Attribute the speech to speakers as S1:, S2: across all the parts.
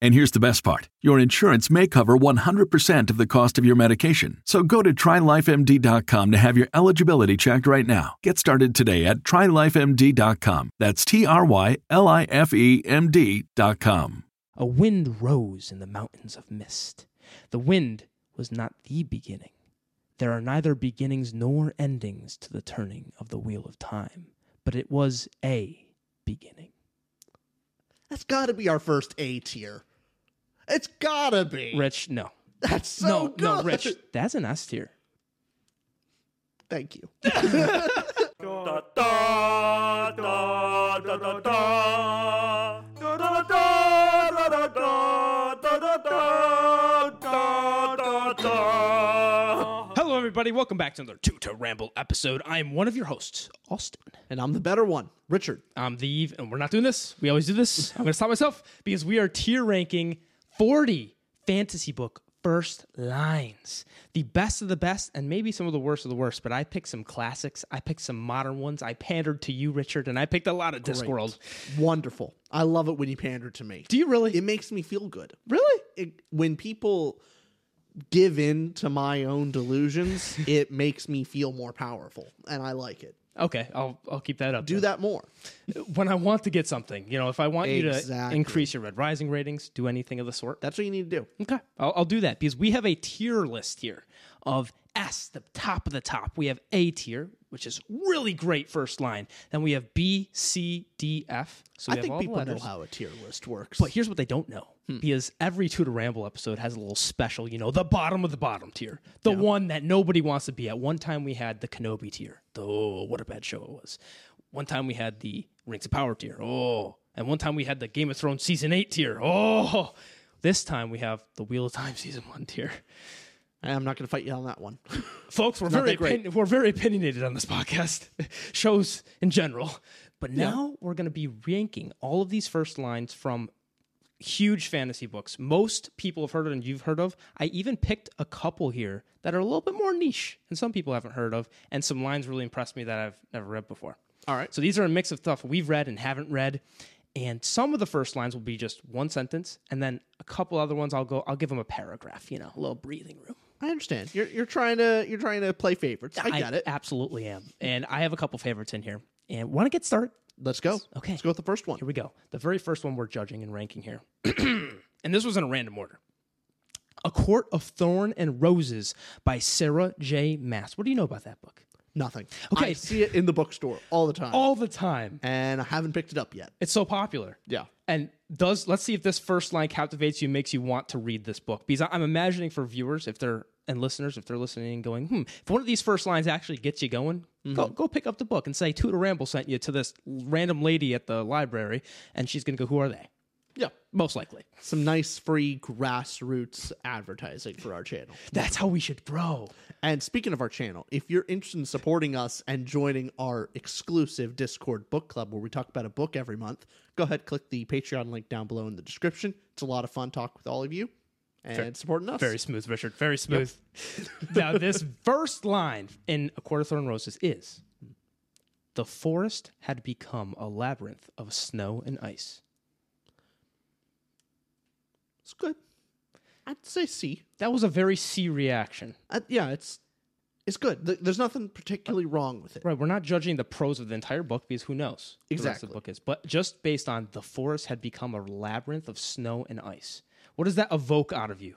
S1: And here's the best part your insurance may cover 100% of the cost of your medication. So go to trylifemd.com to have your eligibility checked right now. Get started today at trylifemd.com. That's T R Y L I F E M D.com.
S2: A wind rose in the mountains of mist. The wind was not the beginning. There are neither beginnings nor endings to the turning of the wheel of time, but it was a beginning.
S3: That's got to be our first A tier. It's gotta be.
S2: Rich, no.
S3: That's so
S2: no,
S3: good.
S2: no, Rich, that's an S tier.
S3: Thank you.
S2: Hello, everybody. Welcome back to another Two to Ramble episode. I am one of your hosts, Austin.
S3: and I'm the better one, Richard.
S2: I'm um, the Eve, and we're not doing this. We always do this. I'm going to stop myself because we are tier ranking 40 fantasy book first lines. The best of the best, and maybe some of the worst of the worst, but I picked some classics. I picked some modern ones. I pandered to you, Richard, and I picked a lot of Discworld.
S3: Wonderful. I love it when you pander to me.
S2: Do you really?
S3: It makes me feel good.
S2: really?
S3: It, when people give in to my own delusions, it makes me feel more powerful, and I like it.
S2: Okay, I'll, I'll keep that up.
S3: Do that more.
S2: when I want to get something. You know, if I want you to
S3: Exactly.
S2: increase your Red Rising ratings, do anything of the sort.
S3: That's what you need to do.
S2: Okay, I'll, I'll do that because we have a tier list here of S, the top of the top. We have A tier, which is really great first line. Then we have B, C, D, F. So we
S3: I
S2: have
S3: think
S2: all the
S3: people know
S2: letters.
S3: how a tier list works.
S2: But here's what they don't know because every Tutor Ramble episode has a little special, you know, the bottom of the bottom tier, the one that nobody wants to be at. One time we had the Kenobi tier. Oh, what a bad show it was. One time we had the Rings of Power tier. Oh, and one time we had the Game of Thrones season eight tier. Oh, this time we have the Wheel of Time season one tier.
S3: I'm not going to fight you on that one.
S2: Folks, we're
S3: not
S2: very
S3: that great.
S2: opinion- we're very opinionated on this podcast, shows in general. But now we're going to be ranking all of these first lines from huge fantasy books. Most people have heard of and you've heard of. I even picked a couple here that are a little bit more niche and some people haven't heard of, and some lines really impressed me that I've never read before.
S3: All right.
S2: So these are a mix of stuff we've read and haven't read. And some of the first lines will be just one sentence, and then a couple other ones I'll go I'll give them a paragraph, you know, a little breathing room.
S3: I understand. You're you're trying to you're trying to play favorites. I get it.
S2: absolutely am. And I have a couple favorites in here. And want to get started?
S3: Let's go.
S2: Okay.
S3: Let's go with the first one.
S2: Here we go. The very first one we're judging and ranking here. and this was in a random order. A Court of Thorn and Roses by Sarah J. Mass. What do you know about that book?
S3: Nothing.
S2: Okay.
S3: I see it in the bookstore all the time,
S2: All the time.
S3: and I haven't picked it up yet.
S2: It's so popular.
S3: Yeah.
S2: And does let's see if this first line captivates you, makes you want to read this book. Because I- I'm imagining for viewers, if they're and listeners, if they're listening and going, hmm, if one of these first lines actually gets you going, go go pick up the book and say Tutor Ramble sent you to this random lady at the library, and she's gonna go, Who are they? Yeah, most likely.
S3: Some nice free grassroots advertising for our channel.
S2: That's how we should grow.
S3: And speaking of our channel, if you're interested in supporting us and joining our exclusive Discord book club where we talk about a book every month, go ahead click the Patreon link down below in the description. It's a lot of fun talk with all of you and supporting us.
S2: Very smooth, Richard. Very smooth. now, this first line in A Quarter Thorn Roses is The forest had become a labyrinth of snow and ice.
S3: It's good. I'd say C.
S2: That was a very C reaction.
S3: Uh, yeah, it's it's good. Th- There's nothing particularly wrong with it.
S2: Right, we're not judging the prose of the entire book because who knows what the rest of
S3: Exactly.
S2: the book is. But just based on the forest had become a labyrinth of snow and ice. What does that evoke out of you?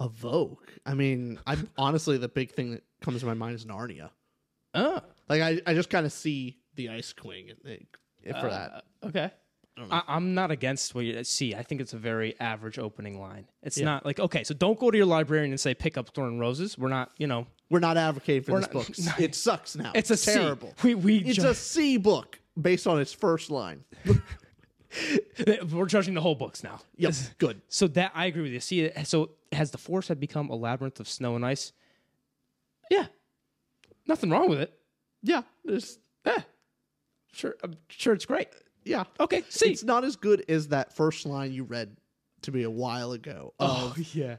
S3: Evoke. I mean, I'm honestly the big thing that comes to my mind is Narnia.
S2: Oh,
S3: Like I, I just kind of see the Ice Queen and it- it- Eh,
S2: Uh,
S3: for that.
S2: okay. I I'm not against what you see. I think it's a very average opening line. It's not like okay, so don't go to your librarian and say pick up Thorn Roses. We're not, you know,
S3: We're not advocating for
S2: We're
S3: this
S2: not-
S3: book. It sucks now.
S2: It's a C.
S3: terrible.
S2: We- we
S3: it's
S2: ju-
S3: a C book based on its first line.
S2: we're judging the whole books now.
S3: Yep, good.
S2: So that I agree with you. See, so has the forest had become a labyrinth of snow and ice? Yeah, nothing wrong with it.
S3: Yeah, there's
S2: Yeah, sure. I'm sure it's great.
S3: yeah.
S2: Okay, Oh, C.
S3: It's not as good as that first line you read to me a while ago.
S2: Oh.
S3: Of
S2: yeah.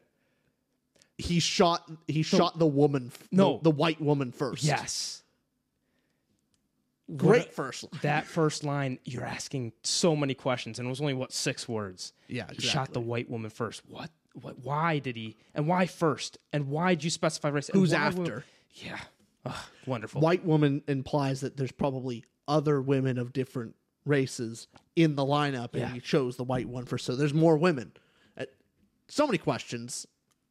S3: he shot he shot the woman. f-
S2: No.
S3: the, the white woman first.
S2: Yes.
S3: great
S2: What-
S3: first line.
S2: That first line, you're asking so many questions, and it was only what six words.
S3: Yeah,
S2: He shot the white woman first. What? What? Why did he? And why first? And why did you specify race? And
S3: Who's
S2: why wo-
S3: after?
S2: yeah. Ugh, wonderful.
S3: White woman implies that there's probably other women of different races in the lineup, and
S2: Yeah.
S3: he chose the white one first. So there's more women. Uh, So many questions.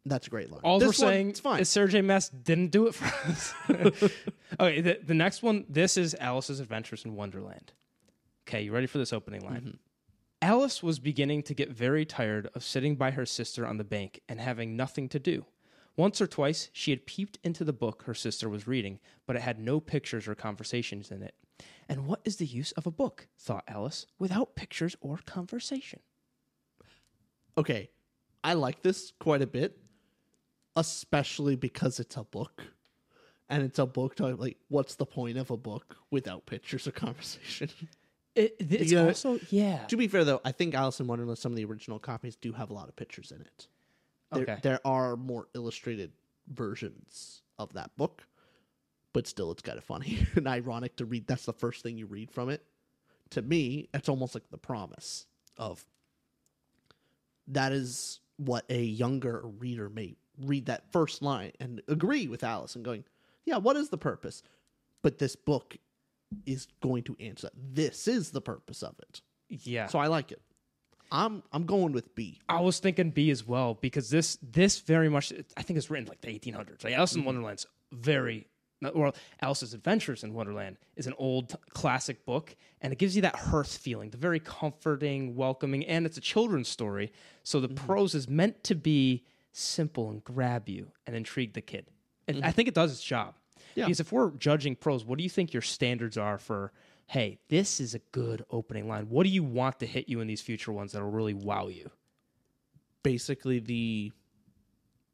S3: That's a great line.
S2: All
S3: This
S2: we're
S3: one,
S2: saying
S3: it's fine.
S2: is Sergey Mess didn't do it for us. okay, the, the next one. This is Alice's Adventures in Wonderland. Okay, you ready for this opening line? Alice was beginning to get very tired of sitting by her sister on the bank and having nothing to do. Once or twice, she had peeped into the book her sister was reading, but it had no pictures or conversations in it. And what is the use of a book, thought Alice, without pictures or conversation?
S3: okay, I like this quite a bit, especially because it's a book, and it's a book. Talking, like, what's the point of a book without pictures or conversation?
S2: It, it's
S3: Yeah.
S2: also, yeah.
S3: to be fair, though, I think Alice in Wonderland. Some of the original copies do have a lot of pictures in it. There,
S2: Okay.
S3: there are more illustrated versions of that book, but still, it's kind of funny and ironic to read. That's the first thing you read from it. To me, it's almost like the promise of that is what a younger reader may read that first line and agree with Alice and going, yeah, what is the purpose? But this book is going to answer that. This is the purpose of it.
S2: Yeah.
S3: So I like it. I'm I'm going with B.
S2: I was thinking B as well because this this very much I think it's written like the 1800s. Like Alice in Wonderland's very well, Alice's Adventures in Wonderland is an old classic book, and it gives you that hearth feeling, the very comforting, welcoming, and it's a children's story. So the prose is meant to be simple and grab you and intrigue the kid. And I think it does its job.
S3: Yeah.
S2: Because if we're judging prose, what do you think your standards are for? Hey, this is a good opening line. What do you want to hit you in these future ones that'll really wow you?
S3: Basically, the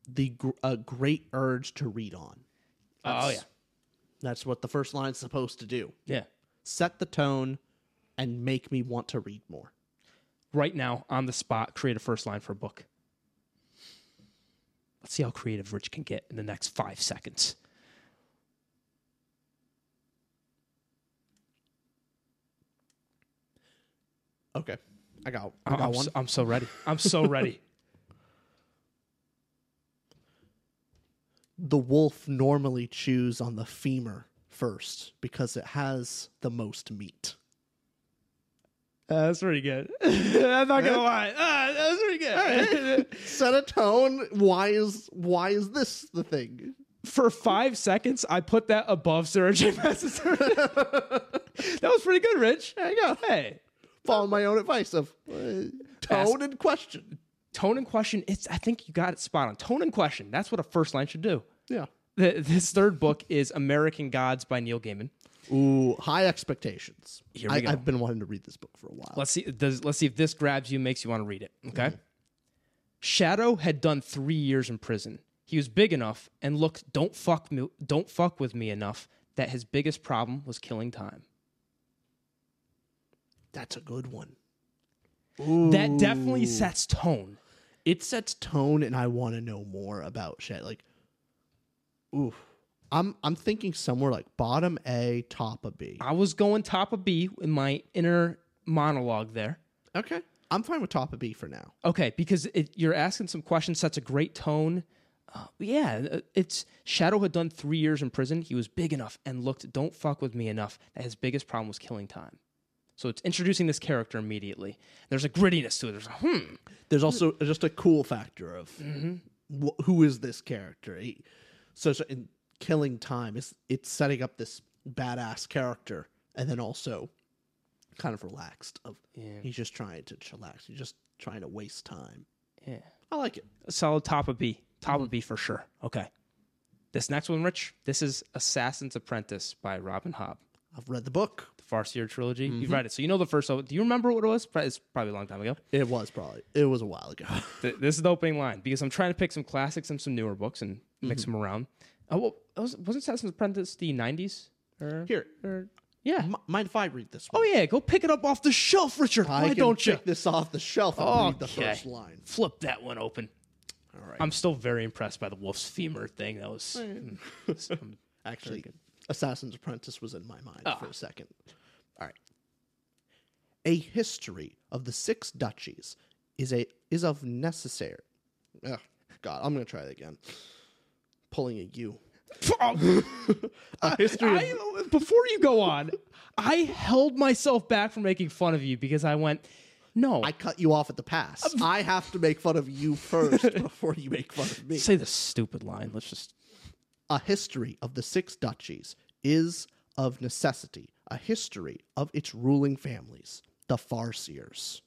S3: the gr- a great urge to read on.
S2: Oh yeah,
S3: That's what the first line's supposed to do.
S2: yeah.
S3: Set the tone and make me want to read more.
S2: Right now, on the spot, create a first line for a book. Let's see how creative Rich can get in the next five seconds.
S3: Okay, I got I
S2: I-
S3: got
S2: I'm,
S3: one.
S2: so, I'm so ready. I'm so ready.
S3: the wolf normally chews on the femur first because it has the most meat.
S2: Uh, that's pretty good. I'm not gonna lie. Ah, that was pretty good.
S3: Set a tone. Why is why is this the thing?
S2: for five seconds, I put that above Sarah J. Mass's. that was pretty good, Rich. There you go. Hey.
S3: Follow my own advice of uh, tone
S2: Ask-
S3: and question.
S2: Tone and question, it's I think you got it spot on. Tone and question. That's what a first line should do.
S3: Yeah.
S2: Th- This third book is American Gods by Neil Gaiman.
S3: Ooh, high expectations.
S2: Here we
S3: I,
S2: go.
S3: I've been wanting to read this book for a while.
S2: Let's see. Does, let's see if this grabs you, makes you want to read it. Okay. Shadow had done three years in prison. He was big enough and looked don't fuck me, don't fuck with me enough that his biggest problem was killing time.
S3: That's a good one.
S2: That definitely sets tone.
S3: It sets tone, and I want to know more about shit. Like, ooh, I'm I'm thinking somewhere like bottom A, top of B.
S2: I was going top of B in my inner monologue there.
S3: Okay, I'm fine with top of B for now.
S2: Okay, because it, you're asking some questions, sets a great tone. Uh, yeah, uh, it's Shadow had done three years in prison. He was big enough and looked don't fuck with me enough that his biggest problem was killing time. So it's introducing this character immediately. There's a grittiness to it. There's a hmm.
S3: There's also just a cool factor of wh- who is this character. He, so, so in killing time, it's it's setting up this badass character, and then also kind of relaxed. Of he's just trying to chillax. He's just trying to waste time.
S2: Yeah,
S3: I like it.
S2: a solid top of B, top of B for sure. Okay, this next one, Rich. This is Assassin's Apprentice by Robin Hobb,
S3: I've read the book.
S2: the Farseer trilogy. You read it, so you know the first. one. Do you remember what it was? Pro- It's probably a long time ago.
S3: It was probably it was a while ago.
S2: Th- this is the opening line because I'm trying to pick some classics and some newer books and mix
S3: Mm-hmm.
S2: them around. Oh, well, was, wasn't Assassin's Apprentice the 90s? Or,
S3: Here,
S2: or- yeah.
S3: m- mind if I read this?
S2: oh,
S3: one?
S2: yeah. Go pick it up off the shelf, Richard.
S3: I
S2: Why
S3: can
S2: don't you?
S3: pick this off the shelf and
S2: Oh,
S3: read the first line.
S2: Flip that one open. All right. I'm still very impressed by the wolf's femur thing. That was. Mm.
S3: Actually, Assassin's Apprentice was in my mind
S2: Ah.
S3: for a second. All right. A history of the six duchies is a is of necessary. Ugh, God, I'm gonna try it again. Pulling a U.
S2: Oh,
S3: A history. of-
S2: I, before you go on, I held myself back from making fun of you because I went, no.
S3: I cut you off at the pass. I have to make fun of you first before you make fun of me.
S2: say this stupid line. Let's just.
S3: A history of the six duchies is of necessity a history of its ruling families, the Farseers.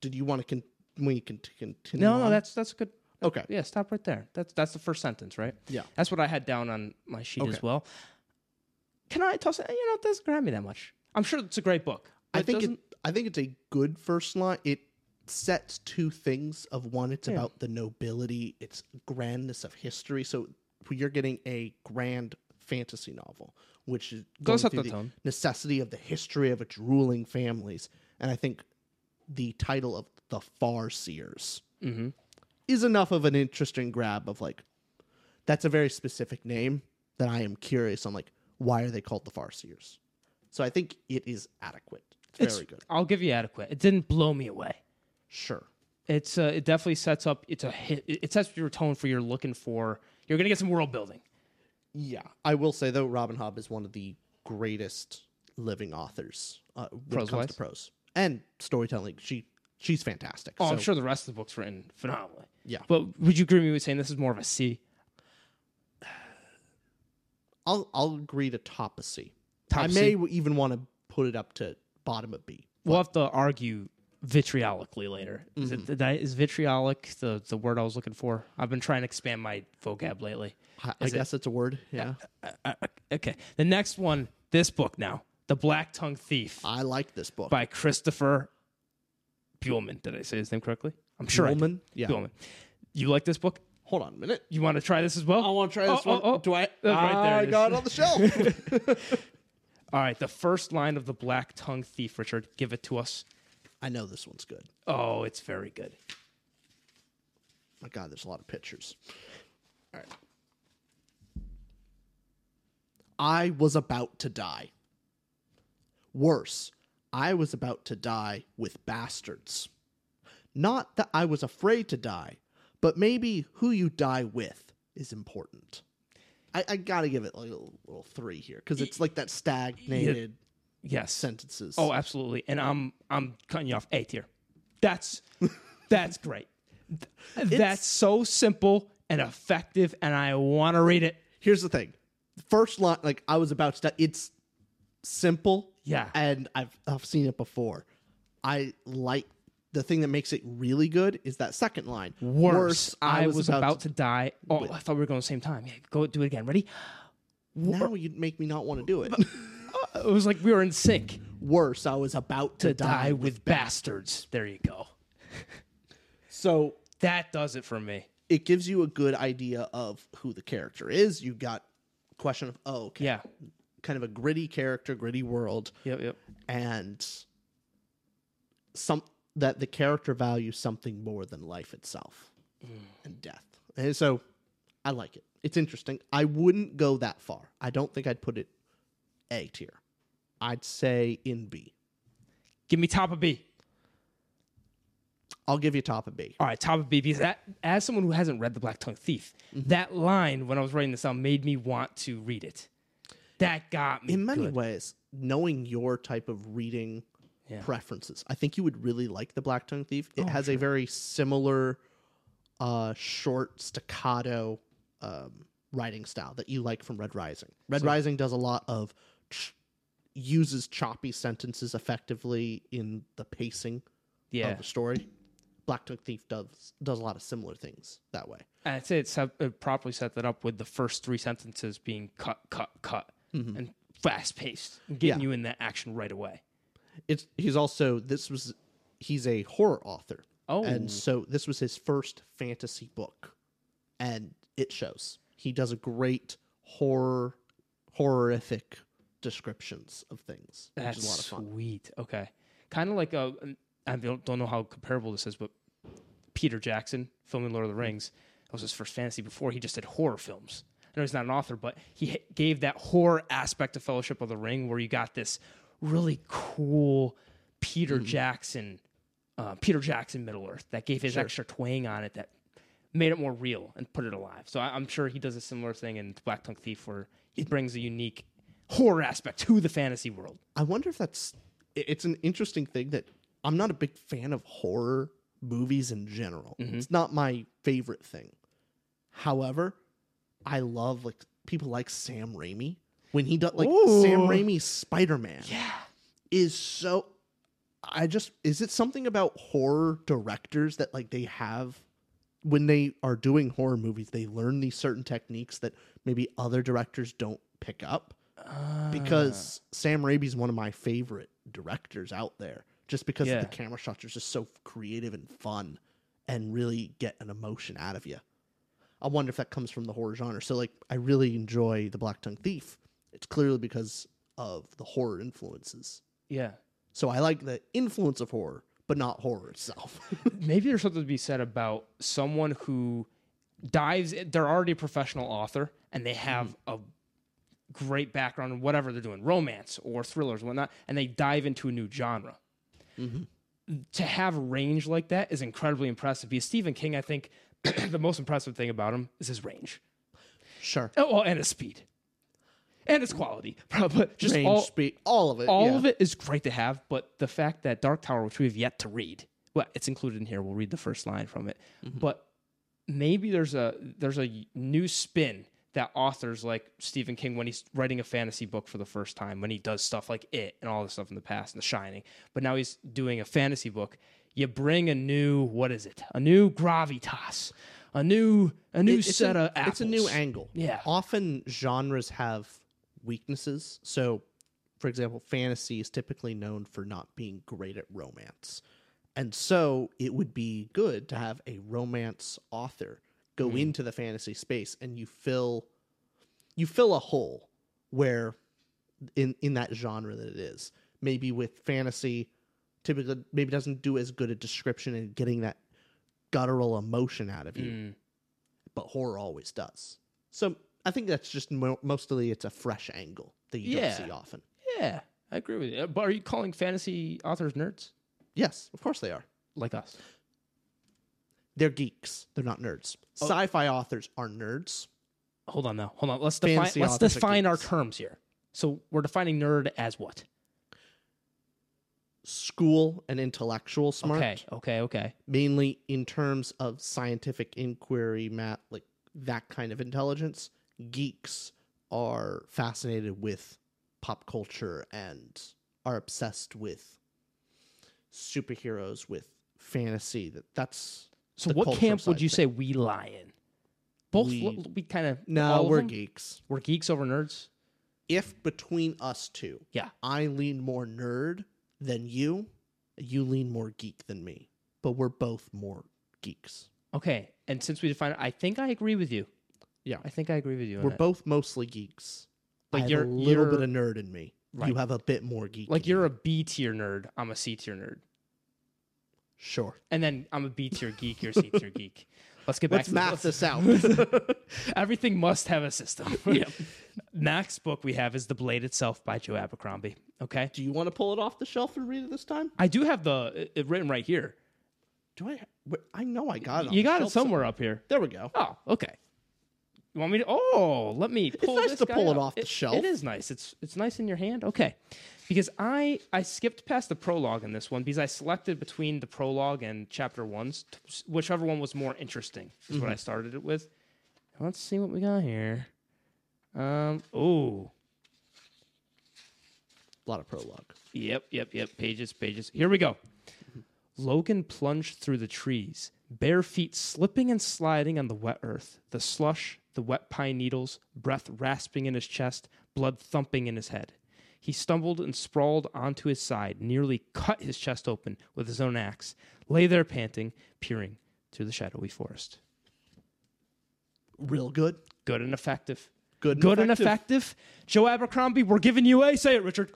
S3: Did you want to con- we can t- continue?
S2: No, no,
S3: on?
S2: that's that's good.
S3: Okay.
S2: Yeah, stop right there. That's that's the first sentence, right?
S3: Yeah.
S2: That's what I had down on my sheet
S3: Okay.
S2: as well. Can I toss it? You know, it doesn't grab me that much. I'm sure it's a great book.
S3: I
S2: It
S3: think it,
S2: doesn't-
S3: I think it's a good first line. It sets two things of one. It's about the nobility, its grandness of history. So you're getting a grand fantasy novel, which is going
S2: Does set
S3: through
S2: the tone.
S3: necessity of the history of its ruling families. And I think the title of the Farseers
S2: Mhm.
S3: is enough of an interesting grab of like, that's a very specific name that I am curious on. Like, why are they called the Farseers? So I think it is adequate. It's,
S2: it's-
S3: very good.
S2: I'll give you adequate. It didn't blow me away.
S3: Sure.
S2: It's uh, it definitely sets up. It's a hit. It it sets your tone for you're looking for. You're gonna get some world building.
S3: Yeah. I will say though, Robin Hobb is one of the greatest living authors uh, when
S2: Prose
S3: it comes
S2: wise?
S3: to prose and storytelling. She she's fantastic.
S2: Oh, I'm
S3: So
S2: sure the rest of the book's written phenomenally.
S3: Yeah.
S2: But would you agree with me with saying this is more of a C?
S3: I'll I'll agree to top of C. I
S2: Top of
S3: may
S2: C.
S3: even want to put it up to bottom of B.
S2: We'll have to argue vitriolically later. Is,
S3: Mm-hmm.
S2: it, did I- is vitriolic the, the word I was looking for? I've been trying to expand my vocab lately.
S3: I, I
S2: Is it-
S3: guess it's a word. Yeah.
S2: Uh, okay. The next one, this book now The Black Tongue Thief
S3: I like this book.
S2: by Christopher Buhlman. Did I say his name correctly? I'm sure. I did.
S3: Buhlman? Yeah.
S2: Buhlman. You like this book?
S3: Hold on a minute.
S2: You want to try this as well? Oh,
S3: I want to try this
S2: one.
S3: one. Do I?
S2: right there
S3: I
S2: it is.
S3: got it on the shelf.
S2: All right. The first line of The Black Tongue Thief, Richard. Give it to us.
S3: I know this one's good.
S2: Oh, it's very good.
S3: My God, there's a lot of pictures. All right. I was about to die. Worse, I was about to die with bastards. Not that I was afraid to die, but maybe who you die with is important. I, I gotta give it like a little three here because it's like that stagnated
S2: Yes.
S3: sentences.
S2: Oh, absolutely. And I'm I'm cutting you off A tier. That's that's great. Th- That's so simple and effective, and I want to read it.
S3: here's the thing first line like i was about to it's simple
S2: Yeah.
S3: and i've i've seen it before i like the thing that makes it really good is that second line
S2: Worse, I, was, about, to, die. Oh, I thought we were going the same time. Yeah, go do it again. Ready?
S3: Now you'd make me not want to do it.
S2: Oh, It was like we were in sync.
S3: Worse, I was about to,
S2: To
S3: die.
S2: die with bastards. There you go.
S3: So
S2: That does it for me.
S3: it gives you a good idea of who the character is. You got question of oh, okay,
S2: Yeah.
S3: kind of a gritty character, gritty world,
S2: Yep. Yep.
S3: and some that the character values something more than life itself and death. And so I like it. It's interesting. I wouldn't go that far. I don't think I'd put it A tier. I'd say in B.
S2: Give me top of B.
S3: I'll give you top of B.
S2: All right, top of B because that, as someone who hasn't read The Black Tongue Thief,
S3: Mm-hmm.
S2: that line when I was writing this out made me want to read it. That got me.
S3: in many
S2: good.
S3: ways, knowing your type of reading preferences, I think you would really like The Black Tongue Thief.
S2: Oh,
S3: It has a very similar, uh, short staccato um, writing style that you like from Red Rising. Red Rising does a lot of ch- uses choppy sentences effectively in the pacing
S2: Yeah,
S3: of the story. Black Tongue Thief does does a lot of similar things that way.
S2: and I'd say it, set, it properly set that up with the first three sentences being cut, cut, cut, and fast paced, getting
S3: Mm-hmm. Yeah.
S2: you in that action right away.
S3: it's he's also this was he's a horror author.
S2: Oh.
S3: and so this was his first fantasy book, and it shows. He does a great horror, horrific descriptions of things, which
S2: That's
S3: is a lot of fun.
S2: sweet. Okay, kind of like a. I don't, don't know how comparable this is, but Peter Jackson filming
S3: Hmm.
S2: Lord of the Rings. That was his first fantasy. Before he just did horror films. I know he's not an author, but he h- gave that horror aspect of Fellowship of the Ring, where you got this really cool Peter
S3: Hmm.
S2: Jackson, uh, Peter Jackson Middle Earth that gave his extra twang on it that made it more real and put it alive. So I, I'm sure he does a similar thing in Black Tongue Thief, where
S3: Hmm.
S2: he brings a unique horror aspect to the fantasy world.
S3: I wonder if that's i- it's an interesting thing that I'm not a big fan of horror movies in general. It's not my favorite thing. However, I love like people like Sam Raimi when he does like Sam Raimi's Spider-Man. Yeah. Is so I just is it something about horror directors that like they have when they are doing horror movies they learn these certain techniques that maybe other directors don't pick up
S2: Uh,
S3: because Sam Raimi's one of my favorite directors out there just because of
S2: Yeah.
S3: the camera shots are just so creative and fun and really get an emotion out of you. I wonder if that comes from the horror genre. So like I really enjoy The Black Tongue Thief. It's clearly because of the horror influences.
S2: Yeah.
S3: So I like the influence of horror, but not horror itself.
S2: maybe there's something to be said about someone who dives they're already a professional author and
S3: Hmm.
S2: they have a great background in whatever they're doing romance or thrillers whatnot and they dive into a new genre
S3: Mm-hmm.
S2: to have range like that is incredibly impressive because stephen king i think the most impressive thing about him is his range
S3: sure.
S2: oh well, and his speed and his quality but just
S3: Range,
S2: all,
S3: speed, all of it.
S2: all
S3: yeah.
S2: of it is great to have, but the fact that Dark Tower, which we have yet to read, well, it's included in here. We'll read the first line from it,
S3: Mm-hmm.
S2: but maybe there's a there's a new spin that authors like Stephen King when he's writing a fantasy book for the first time, when he does stuff like it and all this stuff in the past and The Shining, but now he's doing a fantasy book. You bring a new what is it? A new gravitas, a new a new
S3: It- it's
S2: set
S3: a,
S2: of apples.
S3: It's a new angle.
S2: Yeah.
S3: Often genres have weaknesses. So, for example, fantasy is typically known for not being great at romance. And so it would be good to have a romance author go
S2: Mm.
S3: into the fantasy space and you fill you fill a hole where in in that genre that it is. Maybe with fantasy typically maybe doesn't do as good a description and getting that guttural emotion out of you
S2: Mm,
S3: but horror always does. So I think that's just mo- mostly it's a fresh angle that you
S2: Yeah.
S3: don't see often.
S2: yeah, I agree with you. But are you calling fantasy authors nerds
S3: Yes, of course they are.
S2: like us?
S3: They're geeks. They're not nerds.
S2: Oh.
S3: Sci-fi authors are nerds.
S2: hold on now. Hold on. Let's define
S3: Fantasy
S2: let's
S3: authors are
S2: define our
S3: geeks.
S2: terms here. So we're defining nerd as what?
S3: School and intellectual smart,
S2: Okay. Okay. Okay.
S3: mainly in terms of scientific inquiry, math, like that kind of intelligence. Geeks are fascinated with pop culture and are obsessed with superheroes, with fantasy. That that's
S2: So
S3: the
S2: what
S3: culture
S2: camp
S3: side
S2: would you
S3: thing.
S2: say we lie in? Both
S3: We-
S2: we, we kind of
S3: No, we're geeks.
S2: We're geeks over nerds.
S3: If between us two,
S2: Yeah.
S3: I lean more nerd than you, you lean more geek than me, but we're both more geeks.
S2: Okay. And since we defined, I think I agree with you.
S3: Yeah.
S2: I think I agree with you. on
S3: We're
S2: that.
S3: both mostly geeks.
S2: Like,
S3: I have
S2: you're-
S3: a little bit
S2: you're-
S3: of nerd in me.
S2: Right.
S3: You have a bit more geek.
S2: like
S3: in
S2: you're
S3: you.
S2: a B tier nerd. I'm a C tier nerd.
S3: sure.
S2: And then I'm a B tier geek. You're a C tier geek. Let's get back
S3: Let's
S2: to
S3: math this out.
S2: Everything must have a system. Next book we have is The Blade Itself by Joe Abercrombie. Okay.
S3: Do you want to pull it off the shelf and read it this time?
S2: I do have the it- it written right here.
S3: Do I? wait, I know I got it. on
S2: You
S3: the
S2: got it
S3: shelf some-
S2: somewhere up here.
S3: There we go.
S2: Oh, okay. You want me to? Oh, let me. Pull
S3: nice
S2: this
S3: to
S2: guy
S3: pull it
S2: up.
S3: off the shelf.
S2: It is nice. It's it's nice in your hand. Okay, because I I skipped past the prologue in this one because I selected between the prologue and chapter ones, t- whichever one was more interesting is
S3: Mm-hmm.
S2: what I started it with. Let's see what we got here. Um. Oh.
S3: A lot of prologue.
S2: Yep, yep, yep. Pages, pages. Here we go. Logan plunged through the trees, bare feet slipping and sliding on the wet earth, the slush, the wet pine needles, breath rasping in his chest, blood thumping in his head. He stumbled and sprawled onto his side, nearly cut his chest open with his own axe, lay there panting, peering through the shadowy forest.
S3: Real good.
S2: Good and effective.
S3: Good and
S2: Good and
S3: effective.
S2: effective. Joe Abercrombie, we're giving you a say it, Richard.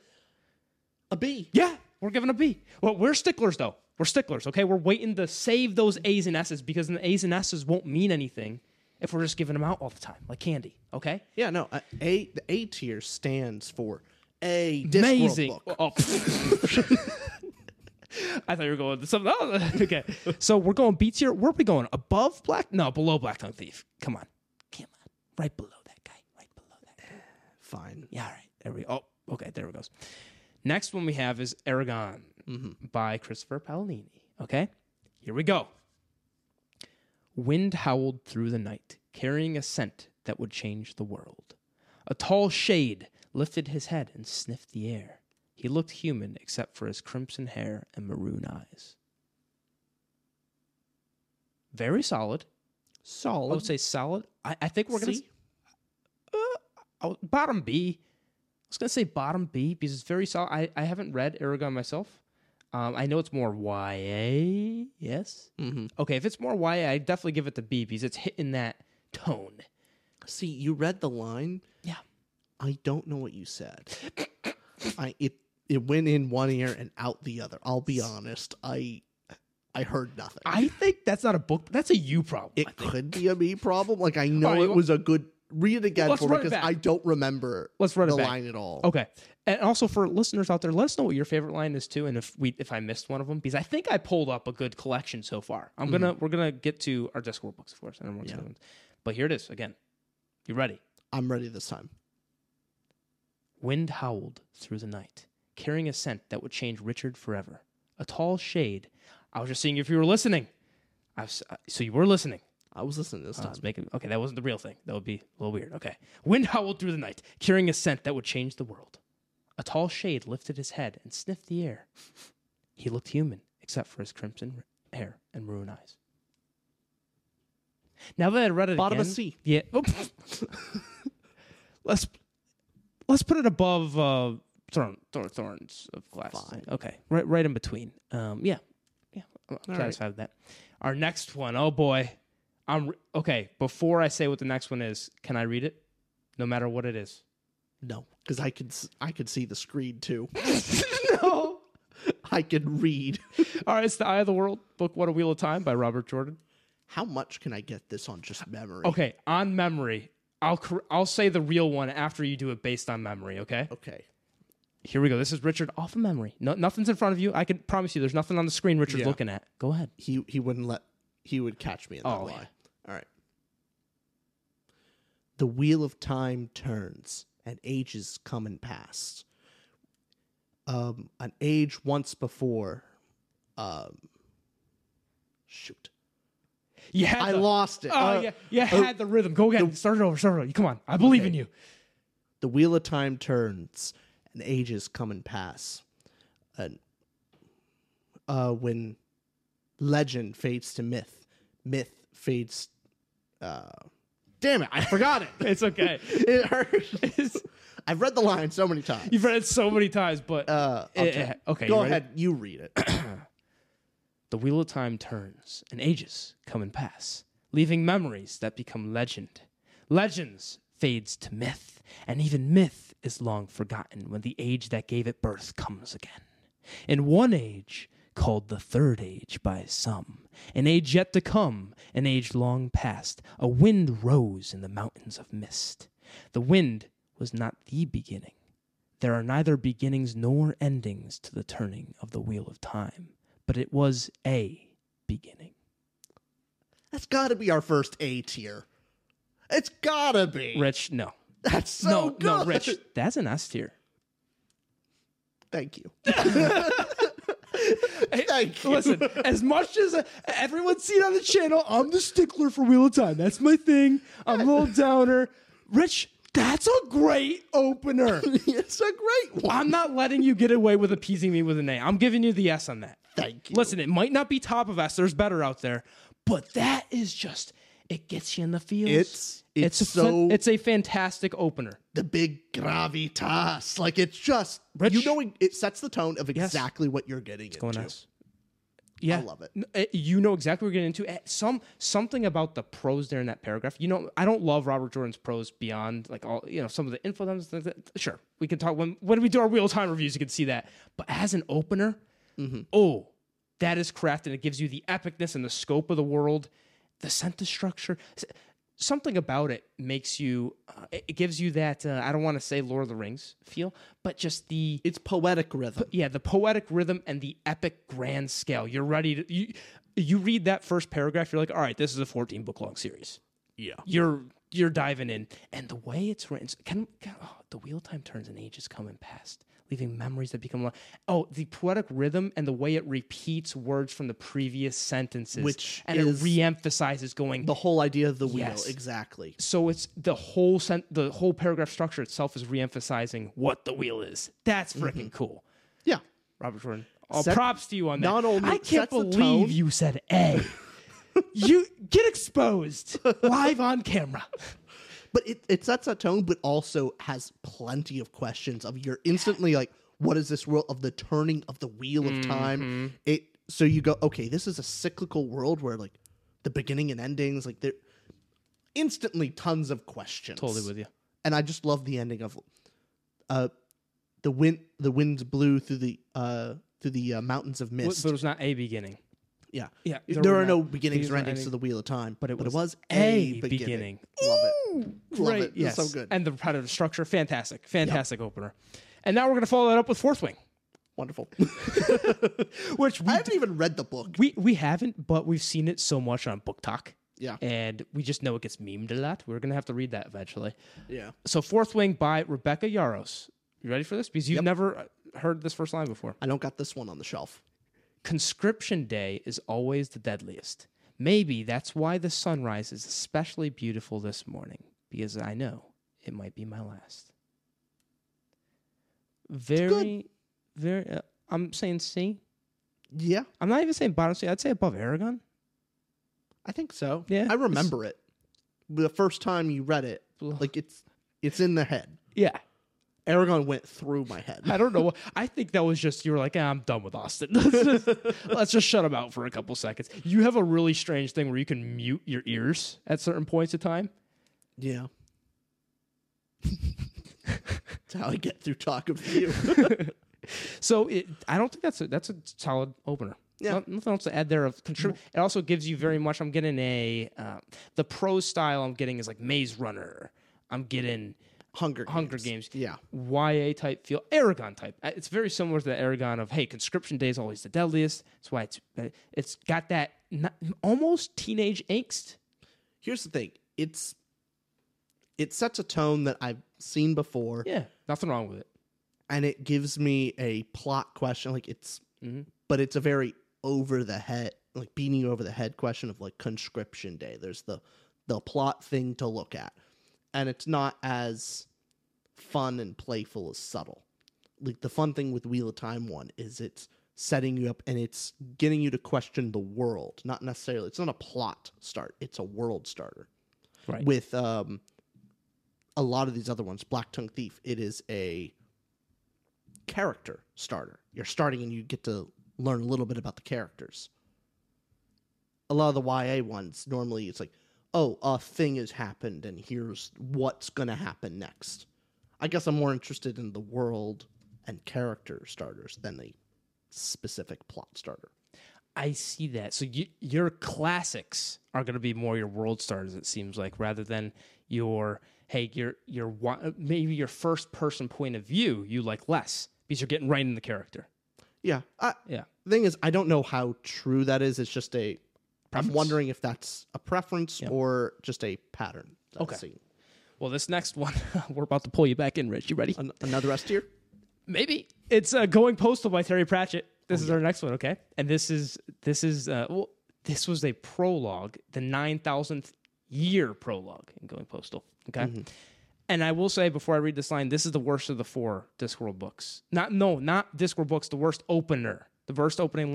S3: A B.
S2: Yeah, we're giving a B. Well, we're sticklers though. We're sticklers, okay? We're waiting to save those A's and S's because then the A's and S's won't mean anything if we're just giving them out all the time, like candy, okay?
S3: Yeah, no. A, a the A tier stands for a Discworld
S2: Amazing.
S3: book.
S2: Oh, I thought you were going to something else. okay, so we're going B tier. Where are we going? Above Black? No, below Black Tongue Thief. Come on, come on, right below that guy, right below that guy.
S3: Fine.
S2: Yeah, all right. There we go. Oh, okay. There it goes. Next one we have is Aragon by Christopher Paolini. Okay. Here we go. Wind howled through the night, carrying a scent that would change the world. A tall shade lifted his head and sniffed the air. He looked human except for his crimson hair and maroon eyes. Very solid.
S3: Solid.
S2: I would say solid. I, I think we're going to.
S3: C?
S2: Uh, I'll- bottom B. I was going to say bottom B because it's very solid. I, I haven't read Aragon myself. Um, I know it's more YA. Yes.
S3: Mhm.
S2: Okay. If it's more YA, I definitely give it the B because it's hitting that tone.
S3: See, you read the line.
S2: Yeah.
S3: I don't know what you said. I it it went in one ear and out the other. I'll be honest. I I heard nothing.
S2: I think that's not a book. That's a you problem. I
S3: it
S2: think.
S3: could be a me problem. Like I know
S2: All right,
S3: it
S2: well-
S3: was a good read it again
S2: Let's
S3: for
S2: run
S3: me
S2: it
S3: because
S2: back.
S3: I don't remember
S2: Let's run it
S3: the
S2: back.
S3: line at all.
S2: Okay. And also for listeners out there, let us know what your favorite line is too, and if we if I missed one of them, because I think I pulled up a good collection so far. I'm gonna we're gonna get to our Discworld books, of course, and everyone's
S3: Yeah.
S2: gonna- But here it is again. You ready?
S3: I'm ready this time.
S2: Wind howled through the night, carrying a scent that would change Richard forever. A tall shade. I was just seeing if you were listening. I was, uh, so you were listening.
S3: I was listening this
S2: I
S3: time.
S2: was making okay. That wasn't the real thing. That would be a little weird. Okay. Wind howled through the night, carrying a scent that would change the world. A tall shade lifted his head and sniffed the air. He looked human, except for his crimson hair and maroon eyes. Now that I read it
S3: Bottom of
S2: again-
S3: C.
S2: Yeah. Oh, pff. let's let's put it above uh, thorn, thorn, thorns of glass.
S3: Fine.
S2: Okay. Right, right in between. Um, yeah, yeah. I'm
S3: All
S2: satisfied with that. Our next one. Oh boy. I'm re- okay. Before I say what the next one is, can I read it? No matter what it is.
S3: no, because I could s- I could see the screen too.
S2: no.
S3: I could read.
S2: All right. It's the Eye of the World book. What a Wheel of Time by Robert Jordan.
S3: How much can I get this on just memory?
S2: Okay. On memory, I'll cor- I'll say the real one after you do it based on memory. Okay.
S3: Okay.
S2: Here we go. This is Richard off of memory. No, nothing's in front of you. I can promise you. There's nothing on the screen. Richard's
S3: Yeah.
S2: looking at. Go ahead.
S3: he he wouldn't let he would catch me in that
S2: Oh,
S3: lie.
S2: yeah.
S3: All right. The wheel of time turns and ages come and pass. Um, an age once before. Um, shoot,
S2: You had
S3: I
S2: the-
S3: lost it.
S2: Oh
S3: Uh,
S2: yeah, you had the rhythm. Go again. start it over. Start it over. Come on. I believe in you.
S3: The wheel of time turns, and ages come and pass. And uh, when legend fades to myth, myth fades. Uh, Damn it, I forgot it.
S2: It's okay.
S3: it hurts. I've read the line so many times.
S2: You've read it so many times, but
S3: Uh, I'll
S2: Eh,
S3: try-
S2: eh, okay.
S3: Go
S2: you ready?
S3: ahead, you read it.
S2: The wheel of time turns, and ages come and pass, leaving memories that become legend. Legends fades to myth, and even myth is long forgotten when the age that gave it birth comes again. In one age, called the third age by some, an age yet to come, an age long past, a wind rose in the mountains of mist. The wind was not the beginning. There are neither beginnings nor endings to the turning of the wheel of time, but it was a beginning.
S3: That's got to be our first A tier. It's gotta be.
S2: Rich, no.
S3: That's so
S2: no,
S3: good.
S2: no, Rich. That's an S tier.
S3: Thank you. Thank you.
S2: Listen, as much as uh, everyone's seen on the channel, I'm the stickler for Wheel of Time. That's my thing. I'm a little downer. Rich, that's a great opener.
S3: it's a great one.
S2: I'm not letting you get away with appeasing me with an A. I'm giving you the S on that.
S3: Thank you.
S2: Listen, it might not be top of S. There's better out there, but that is just it gets you in the feels.
S3: It's- it's
S2: a fa-
S3: so-
S2: it's a fantastic opener.
S3: the big gravitas. Like it's just
S2: Rich.
S3: you know it sets the tone of exactly what you're getting
S2: Go on
S3: into.
S2: S. Yeah,
S3: love it.
S2: N- eh, You know exactly what we're getting into. Eh, Some something about the prose there in that paragraph. You know, I don't love Robert Jordan's prose beyond like all you know some of the info. that- that- that- Sure, we can talk when when we do our wheel time reviews. You can see that, but as an opener,
S3: Mm-hmm.
S2: oh, that is crafted. It gives you the epicness and the scope of the world, the sentence structure. S- Something about it makes you. Uh, it it gives you that. Uh, I don't want to say Lord of the Rings feel, but just the
S3: It's poetic rhythm.
S2: yeah the poetic rhythm and the epic grand scale you're ready to you, you read that first paragraph you're like all right this is a 14 book long series
S3: yeah.
S2: you're you're diving in and the way it's written can, can oh, the wheel time turns and ages come and past leaving memories that become lo- oh the poetic rhythm and the way it repeats words from the previous sentences
S3: Which
S2: and
S3: is
S2: it re-emphasizes going
S3: The whole idea of the wheel,
S2: Yes.
S3: exactly.
S2: so it's the whole sen- the whole paragraph structure itself is re-emphasizing what the wheel is that's
S3: Mm-hmm.
S2: freaking cool
S3: Yeah.
S2: Robert Jordan. All
S3: Set-
S2: props to you on that.
S3: not only
S2: I can't
S3: sets the
S2: believe
S3: tone-
S2: you said A. you get exposed live on camera.
S3: But it, it sets a tone, but also has plenty of questions of you're instantly like, what is this world of the turning of the wheel of
S2: Mm-hmm.
S3: time? It so you go, okay, this is a cyclical world where like the beginning and endings, like they're instantly tons of questions.
S2: you.
S3: and I just love the ending of uh the wind the winds blew through the uh through the uh, mountains of
S2: But
S3: mist.
S2: it was not A beginning.
S3: yeah.
S2: Yeah,
S3: There,
S2: there were
S3: are no
S2: not-
S3: beginnings
S2: beginnings
S3: or
S2: or
S3: endings to
S2: ending.
S3: the wheel of time,
S2: But it was
S3: a
S2: a
S3: beginning.
S2: beginning.
S3: Love it. Love
S2: Right,
S3: it. It's
S2: yes.
S3: so good.
S2: And the predator structure, fantastic. Fantastic opener. And now we're going to follow that up with Fourth Wing,
S3: Wonderful.
S2: which we,
S3: I haven't even read the book.
S2: we, we haven't, but we've seen it so much on Book Talk.
S3: Yeah.
S2: And we just know it gets memed a lot. We're going to have to read that eventually.
S3: Yeah.
S2: So Fourth Wing by Rebecca Yaros. You ready for this? Because you've never uh, heard this first line before.
S3: I don't got this one on the shelf.
S2: Conscription day is always the deadliest. Maybe that's why the sunrise is especially beautiful this morning, because I know it might be my last. Very, very. Uh, I'm saying C.
S3: Yeah,
S2: I'm not even saying bottom C. I'd say above Aragon.
S3: I think so.
S2: Yeah,
S3: I
S2: it's-
S3: remember it. The first time you read it,
S2: Ugh.
S3: like it's it's in the head.
S2: Yeah.
S3: Aragon went through my head.
S2: I don't know. what- I think that was just you were like, ah, I'm done with Austin. Let's just, let's just shut him out for a couple seconds. You have a really strange thing where you can mute your ears at certain points of time.
S3: Yeah. That's how I get through talk of you.
S2: So it, I don't think that's a, that's a solid opener.
S3: Yeah.
S2: No- nothing else to add there. Of contrib- it also gives you very much. I'm getting a uh, the pro style. I'm getting is like Maze Runner. I'm getting
S3: Hunger Games.
S2: Hunger Games.
S3: Yeah.
S2: YA type feel, Aragon type. Uh, It's very similar to the Aragon of hey, conscription day is always the deadliest. That's why it's uh, it's got that not, almost teenage angst.
S3: Here's the thing. It's it sets a tone that I've seen before
S2: Yeah, nothing wrong with it.
S3: and it gives me a plot question like it's
S2: Mhm.
S3: but it's a very over the head like beating you over the head question of like conscription day. There's the the plot thing to look at. And it's not as fun and playful as subtle. Like the fun thing with Wheel of Time one is it's setting you up and it's getting you to question the world. Not necessarily it's not a plot start, it's a world starter.
S2: Right.
S3: With um, a lot of these other ones, Black Tongue Thief, it is a character starter. You're starting and you get to learn a little bit about the characters. A lot of the YA ones, normally it's like, oh, a thing has happened and here's what's going to happen next. I guess I'm more interested in the world and character starters than the specific plot starter.
S2: I see that. So you, your classics are going to be more your world stars. It seems like rather than your hey your your wa- maybe your first person point of view you like less because you're getting right in the character.
S3: Yeah. I,
S2: Yeah.
S3: thing is, I don't know how true that is. It's just a. am wondering if that's a preference or just a pattern. that I've
S2: Okay.
S3: seen.
S2: Well, this next one we're about to pull you back in, Rich. You ready?
S3: An- another S tier.
S2: Maybe it's uh, "Going Postal" by Terry Pratchett.
S3: Oh,
S2: This is our next one, okay? And this is this is uh, well, this was a prologue, the nine thousandth year prologue in "Going Postal," okay?
S3: Mm-hmm.
S2: And I will say before I read this line, this is the worst of the four Discworld books. Not no, not Discworld books. The worst opener, the worst opening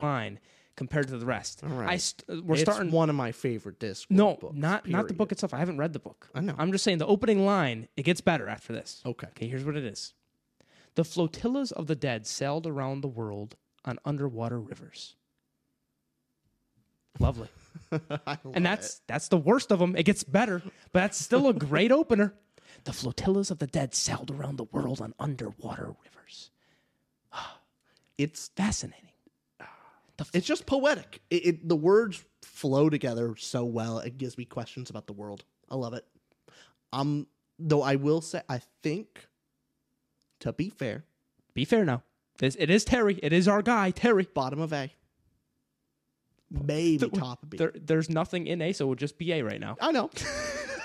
S2: line compared to the rest.
S3: All right.
S2: I st- we're
S3: It's
S2: starting
S3: one of my favorite disc.
S2: No,
S3: books,
S2: not not the
S3: period.
S2: book itself. I haven't read the book.
S3: I know.
S2: I'm just saying the opening line. It gets better after this.
S3: Okay.
S2: Okay. Here's what it is: the flotillas of the dead sailed around the world on underwater rivers. Lovely.
S3: I love
S2: and that's that's the worst of them. It gets better, but that's still a great opener. The flotillas of the dead sailed around the world on underwater rivers.
S3: it. it's
S2: Fascinating.
S3: Ah.
S2: The
S3: it's just poetic. It, it the words flow together so well. It gives me questions about the world. I love it. Um, though I will say, I think to be fair,
S2: be fair now. This it is Terry. It is our guy Terry.
S3: bottom of A, maybe
S2: There-
S3: top of B. I
S2: there- there's nothing in A, so we'll just be A right now.
S3: know,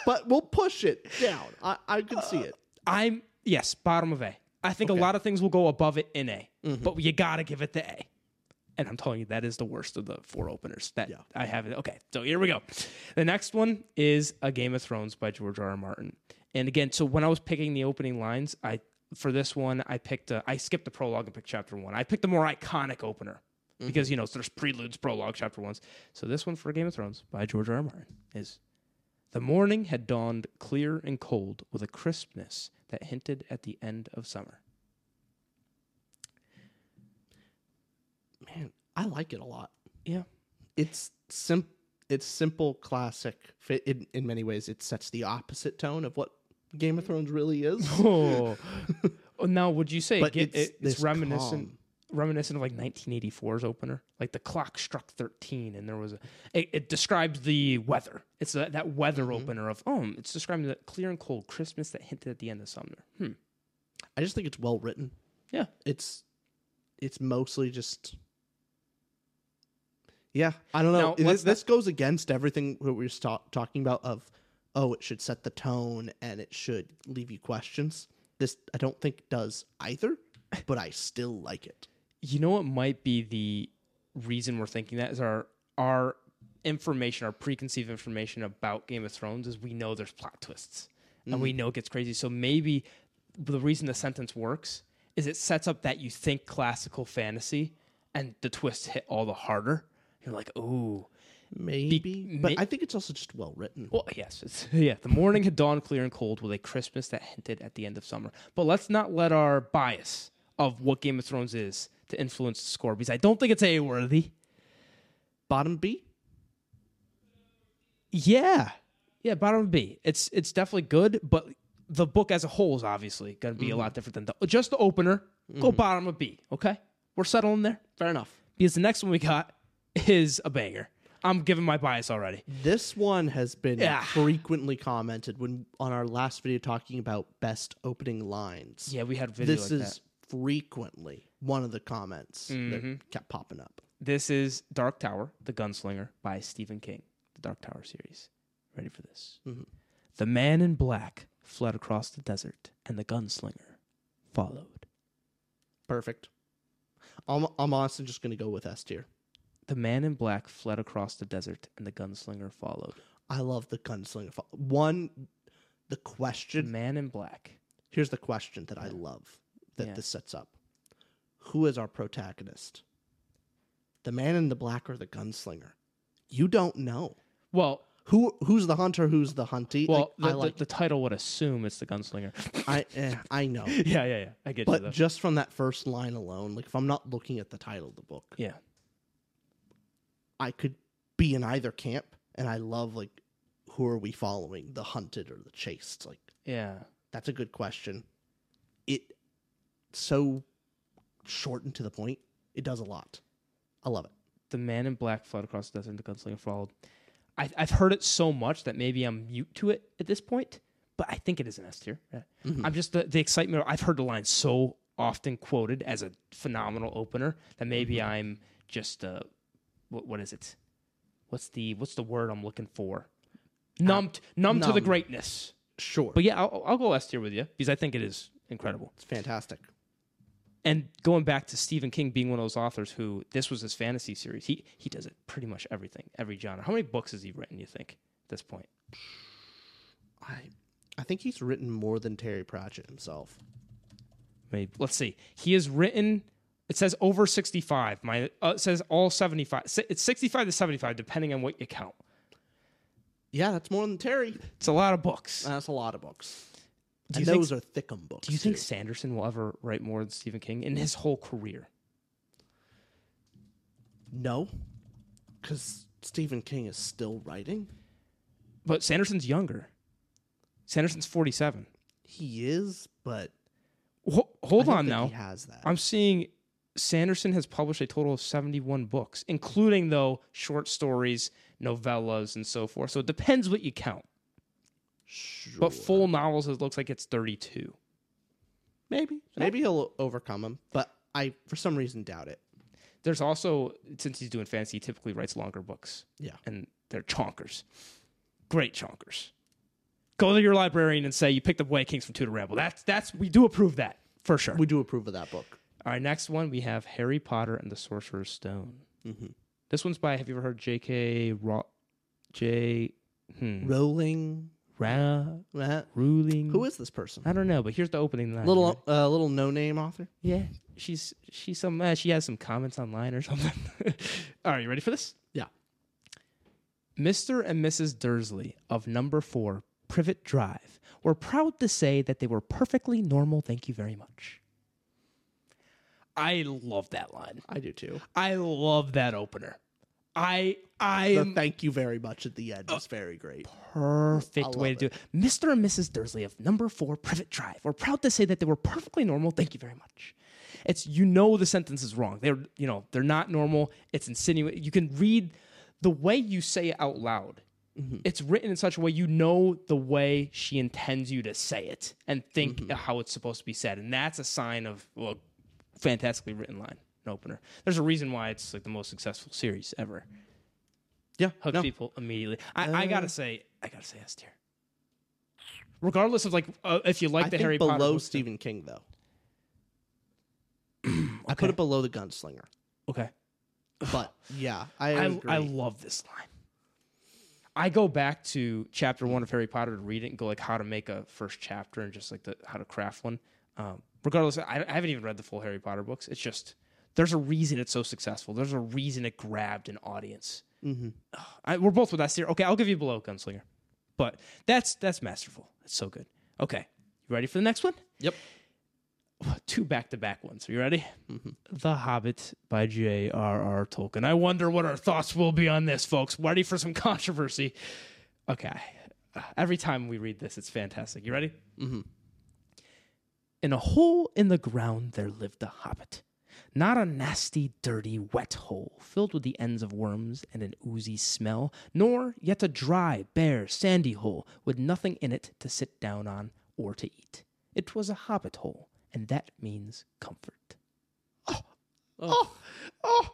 S3: but we'll push it down. I I can see it.
S2: I'm yes, bottom of A. I think
S3: Okay. Mm-hmm.
S2: a lot of things will go above it in A, but you gotta give it the A. And I'm telling you, that is the worst of the four openers that
S3: Yeah.
S2: I have. Okay, so here we go. The next one is A Game of Thrones by George R. R. Martin. And again, so when I was picking the opening lines, I for this one I picked uh, I skipped the prologue and picked chapter one. I picked the more iconic opener
S3: Mm-hmm.
S2: because you know there's preludes, prologue, chapter ones. So this one for Game of Thrones by George R. R. Martin is the morning had dawned clear and cold with a crispness that hinted at the end of summer.
S3: Man, I like it a lot.
S2: Yeah.
S3: It's sim. It's simple, classic. Fit in, in many ways, it sets the opposite tone of what Game of Thrones really is.
S2: Oh. now, would you say it, get- it- it's
S3: this
S2: reminiscent?
S3: calm.
S2: reminiscent of like 1984's opener. Like the clock struck 13 and there was a, it, it describes the weather. It's a, that weather opener of, oh, it's describing that clear and cold Christmas that hinted at the end of Sumner. Hmm.
S3: I just think it's well written.
S2: Yeah.
S3: It's it's mostly just Yeah, I don't know.
S2: Now,
S3: Thi-
S2: let's
S3: this,
S2: not-
S3: goes against everything what we were sta- talking about of oh, it should set the tone and it should leave you questions. This I don't think does either, but I still like it.
S2: You know what might be the reason we're thinking that is our, our information, our preconceived information about Game of Thrones is we know there's plot twists and we know it gets crazy. So maybe the reason the sentence works is it sets up that you think classical fantasy and the twists hit all the harder. You're like, oh,
S3: Maybe, but
S2: may-
S3: I think it's also just well written.
S2: well, yes, it's, yeah. The morning had dawned clear and cold with a Christmas that hinted at the end of summer. But let's not let our bias of what Game of Thrones is to influence the score because I don't think it's a worthy.
S3: Bottom B,
S2: Yeah, yeah. Bottom B. It's it's definitely good, but the book as a whole is obviously going to be a lot different than the, just the opener. Go bottom of B. Okay, we're settling there
S3: fair enough.
S2: because the next one we got is a banger. I'm giving my bias already.
S3: This one has been
S2: Yeah.
S3: frequently commented when on our last video talking about best opening lines.
S2: Yeah, we had a video
S3: this
S2: like
S3: is
S2: that.
S3: frequently one of the comments
S2: Mm-hmm.
S3: that kept popping up.
S2: This is Dark Tower, The Gunslinger by Stephen King, the Dark Tower series. Ready for this? The man in black fled across the desert, and the gunslinger followed.
S3: Perfect. I'm, I'm honestly just going to go with S tier.
S2: The man in black fled across the desert, and the gunslinger followed.
S3: I love the gunslinger. fo- One, the
S2: The
S3: question.
S2: man in black.
S3: Here's the question that I love that
S2: Yeah.
S3: this sets up. Who is our protagonist? The man in the black or the gunslinger? You don't know.
S2: Well,
S3: Who who's the hunter? Who's the huntee?
S2: well,
S3: like, I
S2: the,
S3: like.
S2: the, the title would assume it's the gunslinger.
S3: I eh, I know,
S2: yeah, yeah, yeah. I get you.
S3: but
S2: Though.
S3: just from that first line alone, like if I'm not looking at the title of the book,
S2: yeah.
S3: I could be in either camp, and I love like who are we following? The hunted or the chased? Like
S2: Yeah.
S3: that's a good question. It so short and to the point. It does a lot. I love it.
S2: the man in black fled across the desert and the gunslinger followed. I, I've heard it so much that maybe I'm mute to it at this point, but I think it is an S tier. Yeah. I'm just the, the excitement. I've heard the line so often quoted as a phenomenal opener that maybe I'm just uh, what, what is it? What's the what's the word I'm looking for? Numbed, numb to the
S3: numb.
S2: greatness.
S3: Sure,
S2: But yeah, I'll, I'll go S tier with you because I think it is incredible
S3: it's fantastic.
S2: and going back to Stephen King being one of those authors who this was his fantasy series. He he does it pretty much everything, every genre. How many books has he written? You think at this point?
S3: I I think he's written more than Terry Pratchett himself.
S2: Maybe let's see. He has written. It says over sixty five. My uh, it says all seventy five. It's sixty five to seventy five, depending on what you count.
S3: Yeah, that's more than Terry.
S2: It's a lot of books.
S3: That's a lot of books.
S2: Do you
S3: Uh, and
S2: think-
S3: those are thickum books.
S2: Do you think
S3: too.
S2: Sanderson will ever write more than Stephen King in his whole career?
S3: No, because Stephen King is still writing.
S2: But Sanderson's younger. Sanderson's forty seven.
S3: He is, but
S2: hold
S3: I don't
S2: on
S3: think
S2: now.
S3: he has that.
S2: I'm seeing Sanderson has published a total of 71 books, including though short stories, novellas, and so forth. So it depends what you count.
S3: sure.
S2: But full novels, it looks like it's 32.
S3: maybe maybe he'll overcome him. But I, for some reason, doubt it.
S2: There's also since he's doing fantasy, he typically writes longer books,
S3: Yeah,
S2: and they're chonkers, great chonkers. Go to your librarian and say you picked up Way Kings from Tudor Ramble. That's that's we do approve that for sure.
S3: we do approve of that book.
S2: All right, next one we have Harry Potter and the Sorcerer's Stone.
S3: Mm-hmm.
S2: This one's by Have you ever heard J.K. Ro- J. Hmm.
S3: Rolling.
S2: Ra-
S3: uh,
S2: ruling.
S3: Who is this person?
S2: I don't know, but here's the opening line. right?
S3: Little, uh, little no-name author.
S2: yeah, she's she's some uh, she has some comments online or something. All right, you ready for this?
S3: Yeah.
S2: Mr. and Mrs. Dursley of number four, Privet Drive, were proud to say that they were perfectly normal. Thank you very much. I love that line.
S3: I do too.
S2: I love that opener. I I
S3: The
S2: am Oh.
S3: thank you very much at the end is very great.
S2: perfect way to
S3: love
S2: do it. Mr. and Mrs. Dursley of number four Privet Drive were proud to say that they were perfectly normal. Thank you very much. It's you know the sentence is wrong. They're you know they're not normal. It's insinuate. You can read the way you say it out loud.
S3: Mm-hmm.
S2: It's written in such a way you know the way she intends you to say it and think
S3: Mm-hmm.
S2: how it's supposed to be said, and that's a sign of well, fantastically written line an opener. There's a reason why it's like the most successful series ever.
S3: Yeah,
S2: Hook
S3: no.
S2: people immediately. I, I gotta say, I gotta say S tier. Regardless of like uh, if you like
S3: I
S2: the
S3: think
S2: Harry
S3: below
S2: Potter books, too.
S3: Stephen King though. I put
S2: Okay.
S3: it below the Gunslinger,
S2: Okay.
S3: but yeah, I
S2: I,
S3: agree.
S2: I love this line. I go back to chapter one of Harry Potter to read it and go like how to make a first chapter and just like the how to craft one. Um, regardless, I, I haven't even read the full Harry Potter books. It's just there's a reason it's so successful. There's a reason it grabbed an audience.
S3: Mhm.
S2: Ugh, I, we're both with us here. Okay, I'll give you below Gunslinger, but that's that's masterful. It's so good. Okay, you ready for the next one?
S3: Yep.
S2: Two back to back ones. Are you ready? The Hobbit by J.R.R. Tolkien. I wonder what our thoughts will be on this, folks. Ready for some controversy? Okay. Uh, Every time we read this, it's fantastic. You ready?
S3: Mhm.
S2: In a hole in the ground, there lived a hobbit. Not a nasty, dirty, wet hole filled with the ends of worms and an oozy smell, nor yet a dry, bare, sandy hole with nothing in it to sit down on or to eat. It was a hobbit hole, and that means comfort.
S3: Oh, oh.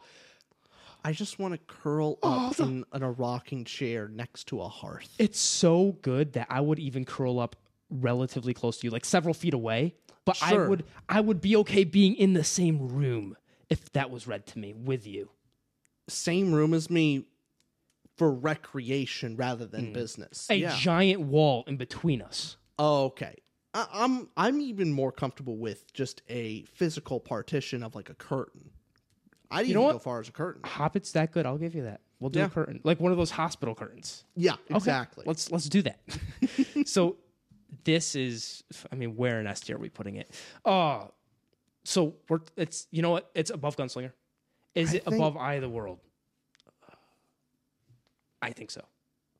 S3: I just want to curl
S2: Oh,
S3: up in, in a rocking chair next to a hearth.
S2: It's so good that I would even curl up relatively close to you, like several feet away. But I
S3: Sure.
S2: would I would be okay being in the same room if that was read to me with you.
S3: Same room as me for recreation rather than business.
S2: Mm. A
S3: yeah. Oh,
S2: giant wall in between us.
S3: okay. I, I'm I'm even more comfortable with just a physical partition of like a curtain.
S2: know
S3: I'd even go
S2: what? Ah,
S3: far as a curtain.
S2: Hobbit's that good, I'll give you that. We'll do a
S3: Yeah.
S2: curtain. Like one of those hospital curtains.
S3: Yeah,
S2: Okay,
S3: exactly.
S2: Let's let's do that. so this is I mean, where in S tier are we putting it? Uh so we're it's you know what? It's above Gunslinger. Is
S3: I
S2: it
S3: think-
S2: above Eye of the World? I think so.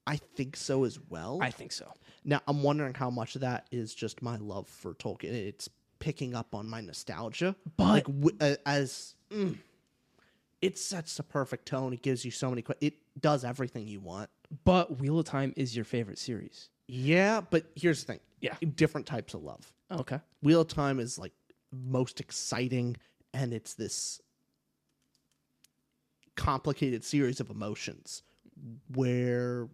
S3: I think so as well.
S2: I think so.
S3: Now I'm wondering how much of that is just my love for Tolkien. It's picking up on my nostalgia,
S2: But-
S3: like, w- uh, as mm, it sets the perfect tone. It gives you so many. Que- it does everything you want.
S2: But Wheel of Time is your favorite series.
S3: Yeah, but here's the thing.
S2: Yeah.
S3: different types of love.
S2: Okay.
S3: Wheel of Time is like most exciting, and it's this complicated series of emotions where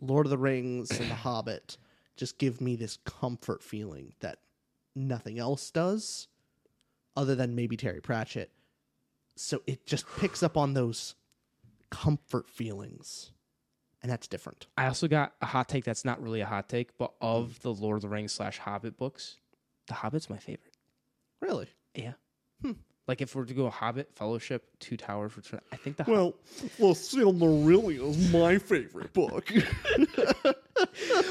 S3: Lord of the Rings and The Hobbit just give me this comfort feeling that nothing else does, other than maybe Terry Pratchett. So it just picks up on those comfort feelings, and that's different.
S2: I also got a hot take that's not really a hot take, but of the Lord of the Rings slash Hobbit books, The Hobbit's my favorite.
S3: Really?
S2: Yeah. Like if we're to go Hobbit, Fellowship, Two Towers, Return, I think the
S3: Well, well, Silmarillion is my favorite book.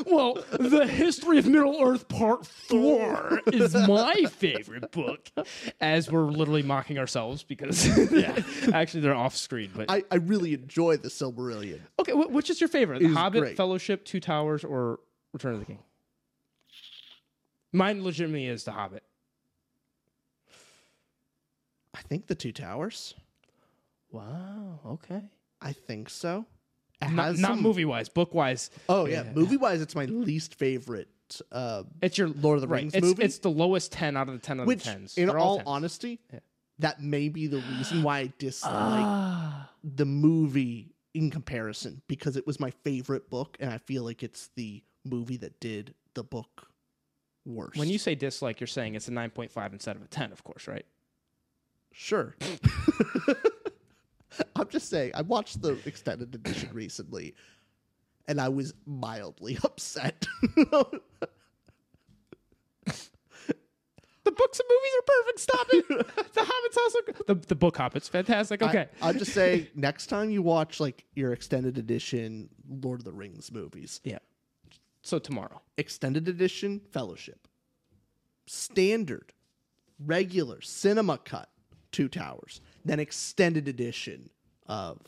S2: well, the history of Middle Earth Part Four is my favorite book. As we're literally mocking ourselves because actually they're off screen. But
S3: I, I really enjoy the Silmarillion.
S2: okay, wh- which is your favorite?
S3: It
S2: The
S3: is
S2: Hobbit,
S3: great.
S2: Fellowship, Two Towers, or Return of the King? Mine legitimately is The Hobbit.
S3: I think the Two Towers.
S2: Wow. Okay.
S3: I think so. It
S2: Not,
S3: has
S2: not
S3: some-
S2: movie wise, book wise.
S3: Oh yeah, movie wise, it's my least favorite. Uh,
S2: It's your
S3: Lord of the Rings
S2: it's,
S3: movie?
S2: It's the lowest ten out of the ten out
S3: which,
S2: of the tens.
S3: in
S2: They're
S3: all,
S2: tens.
S3: honesty,
S2: Yeah.
S3: that may be the reason why I dislike
S2: Ah.
S3: the movie in comparison because it was my favorite book, and I feel like it's the movie that did the book worse.
S2: when you say dislike, you're saying it's a nine point five instead of a ten, of course, right?
S3: Sure. I'm just saying, I watched the extended edition recently and I was mildly upset.
S2: The books and movies are perfect. Stop it. the Hobbit's also good. the the book Hobbit's fantastic. Okay,
S3: I, am just saying, next time you watch like your extended edition Lord of the Rings movies,
S2: yeah. So tomorrow,
S3: extended edition Fellowship, standard, regular, cinema cut, Two Towers, then extended edition of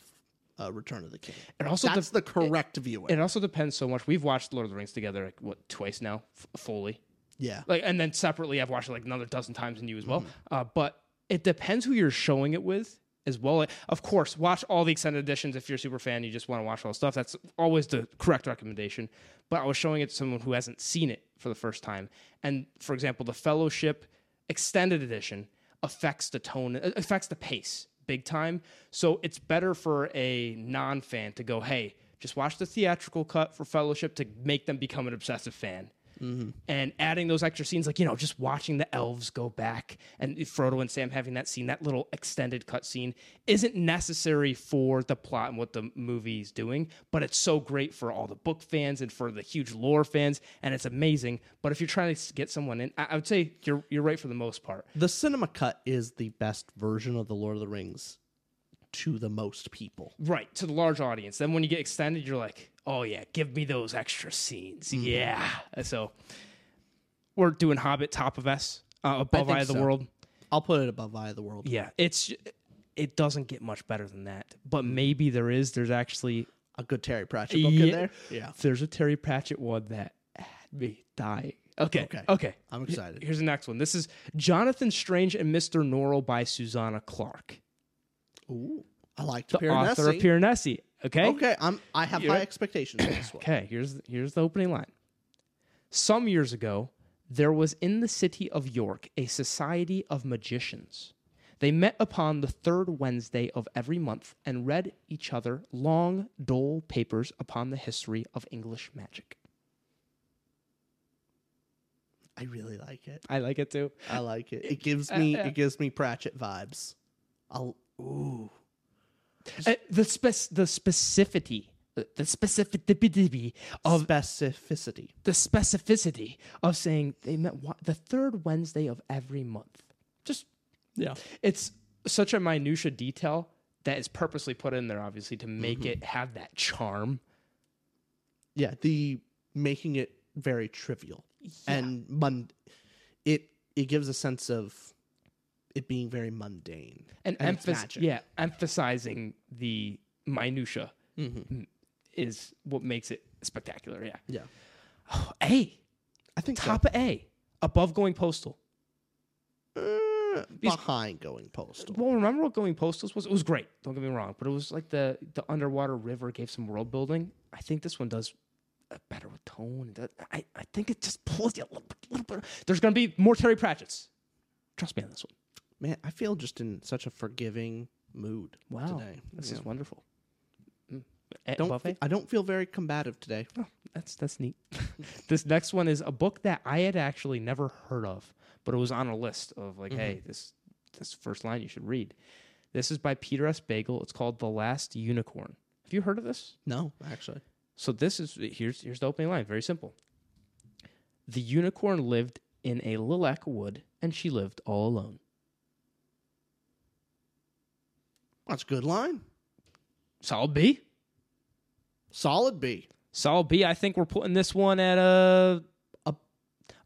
S3: uh, Return of the King.
S2: It also
S3: That's
S2: def-
S3: the correct viewing.
S2: it also depends so much. We've watched Lord of the Rings together like what twice now, f- fully.
S3: yeah. Mm-hmm.
S2: like and then separately i've watched it like another dozen times than you as well uh, but it depends who you're showing it with as well. Of course, watch all the extended editions if you're a super fan. You just want to watch all the stuff. That's always the correct recommendation. But I was showing it to someone who hasn't seen it for the first time. And for example, the Fellowship extended edition affects the tone, uh, affects the pace big time. So it's better for a non fan to go, hey, just watch the theatrical cut for Fellowship to make them become an obsessive fan and adding those extra scenes, like you know, just watching the elves go back and Frodo and Sam having that scene, that little extended cut scene, isn't necessary for the plot and what the movie's doing, but it's so great for all the book fans and for the huge lore fans, and it's amazing. But if you're trying to s- get someone in, I, I would say you're you're right for the most part.
S3: The cinema cut is the best version of The Lord of the Rings to the most people.
S2: Right, to the large audience. Then when you get extended, you're like, oh yeah, give me those extra scenes.
S3: Mm-hmm.
S2: Yeah. So we're doing Hobbit top of S, uh, above
S3: think
S2: Eye of the
S3: so.
S2: World.
S3: I'll put it above Eye of the World.
S2: Yeah, it's it doesn't get much better than that. But maybe there is. There's actually
S3: A good Terry Pratchett book in
S2: Yeah.
S3: there. Yeah.
S2: there's a Terry Pratchett one that had me dying. Okay.
S3: Okay.
S2: Okay.
S3: I'm
S2: He-
S3: excited.
S2: Here's the next one. This is Jonathan Strange and Mr. Norrell by Susanna Clark,
S3: Ooh. I liked
S2: the author of
S3: Piranesi.
S2: Piranesi. Okay.
S3: Okay, I'm I have
S2: You're
S3: high
S2: up.
S3: expectations for this one.
S2: Okay, here's here's the opening line. Some years ago, there was in the city of York a society of magicians. They met upon the third Wednesday of every month and read each other long, dull papers upon the history of English magic.
S3: I really like it.
S2: I uh, like it too.
S3: I like it. It gives me it gives me Pratchett vibes. I'll ooh.
S2: Uh, the spec- the specificity, uh, the the specificity of
S3: Specificity.
S2: the specificity of saying they met wa- the third Wednesday of every month. Just yeah, it's such a minutia detail that is purposely put in there, obviously, to make it have that charm.
S3: Yeah, the making it very trivial and mun. It it gives a sense of it being very mundane
S2: and,
S3: it's
S2: emphasis,
S3: magic.
S2: yeah, emphasizing the minutia Mm-hmm.
S3: Mhm.
S2: is what makes it spectacular. Yeah,
S3: yeah.
S2: A
S3: I think so.
S2: top of A above going postal.
S3: Uh,
S2: e-, These-
S3: behind going postal.
S2: Well, remember what Going Postal was? It was great. Don't get me wrong, but it was like the the underwater river gave some world building. I think this one does a better with tone. It does- I I think it just pulls you a little bit. Little bit. There's gonna be more Terry Pratchett's. Trust me on this one.
S3: Man, I feel just in such a forgiving mood today.
S2: this
S3: Yeah.
S2: is wonderful. Mm. Eh,
S3: Don't
S2: above
S3: fe-
S2: A?
S3: I don't feel very combative today.
S2: Oh, that's that's neat. this next one is a book that I had actually never heard of, but it was on a list of like, hey, this this first line you should read. This is by Peter S. Bagel. It's called The Last Unicorn. Have you heard of this?
S3: No, actually.
S2: So this is here's here's the opening line. Very simple. The unicorn lived in a lilac wood, and she lived all alone.
S3: That's a good line.
S2: Solid B.
S3: Solid B.
S2: Solid B. I think we're putting this one at a, a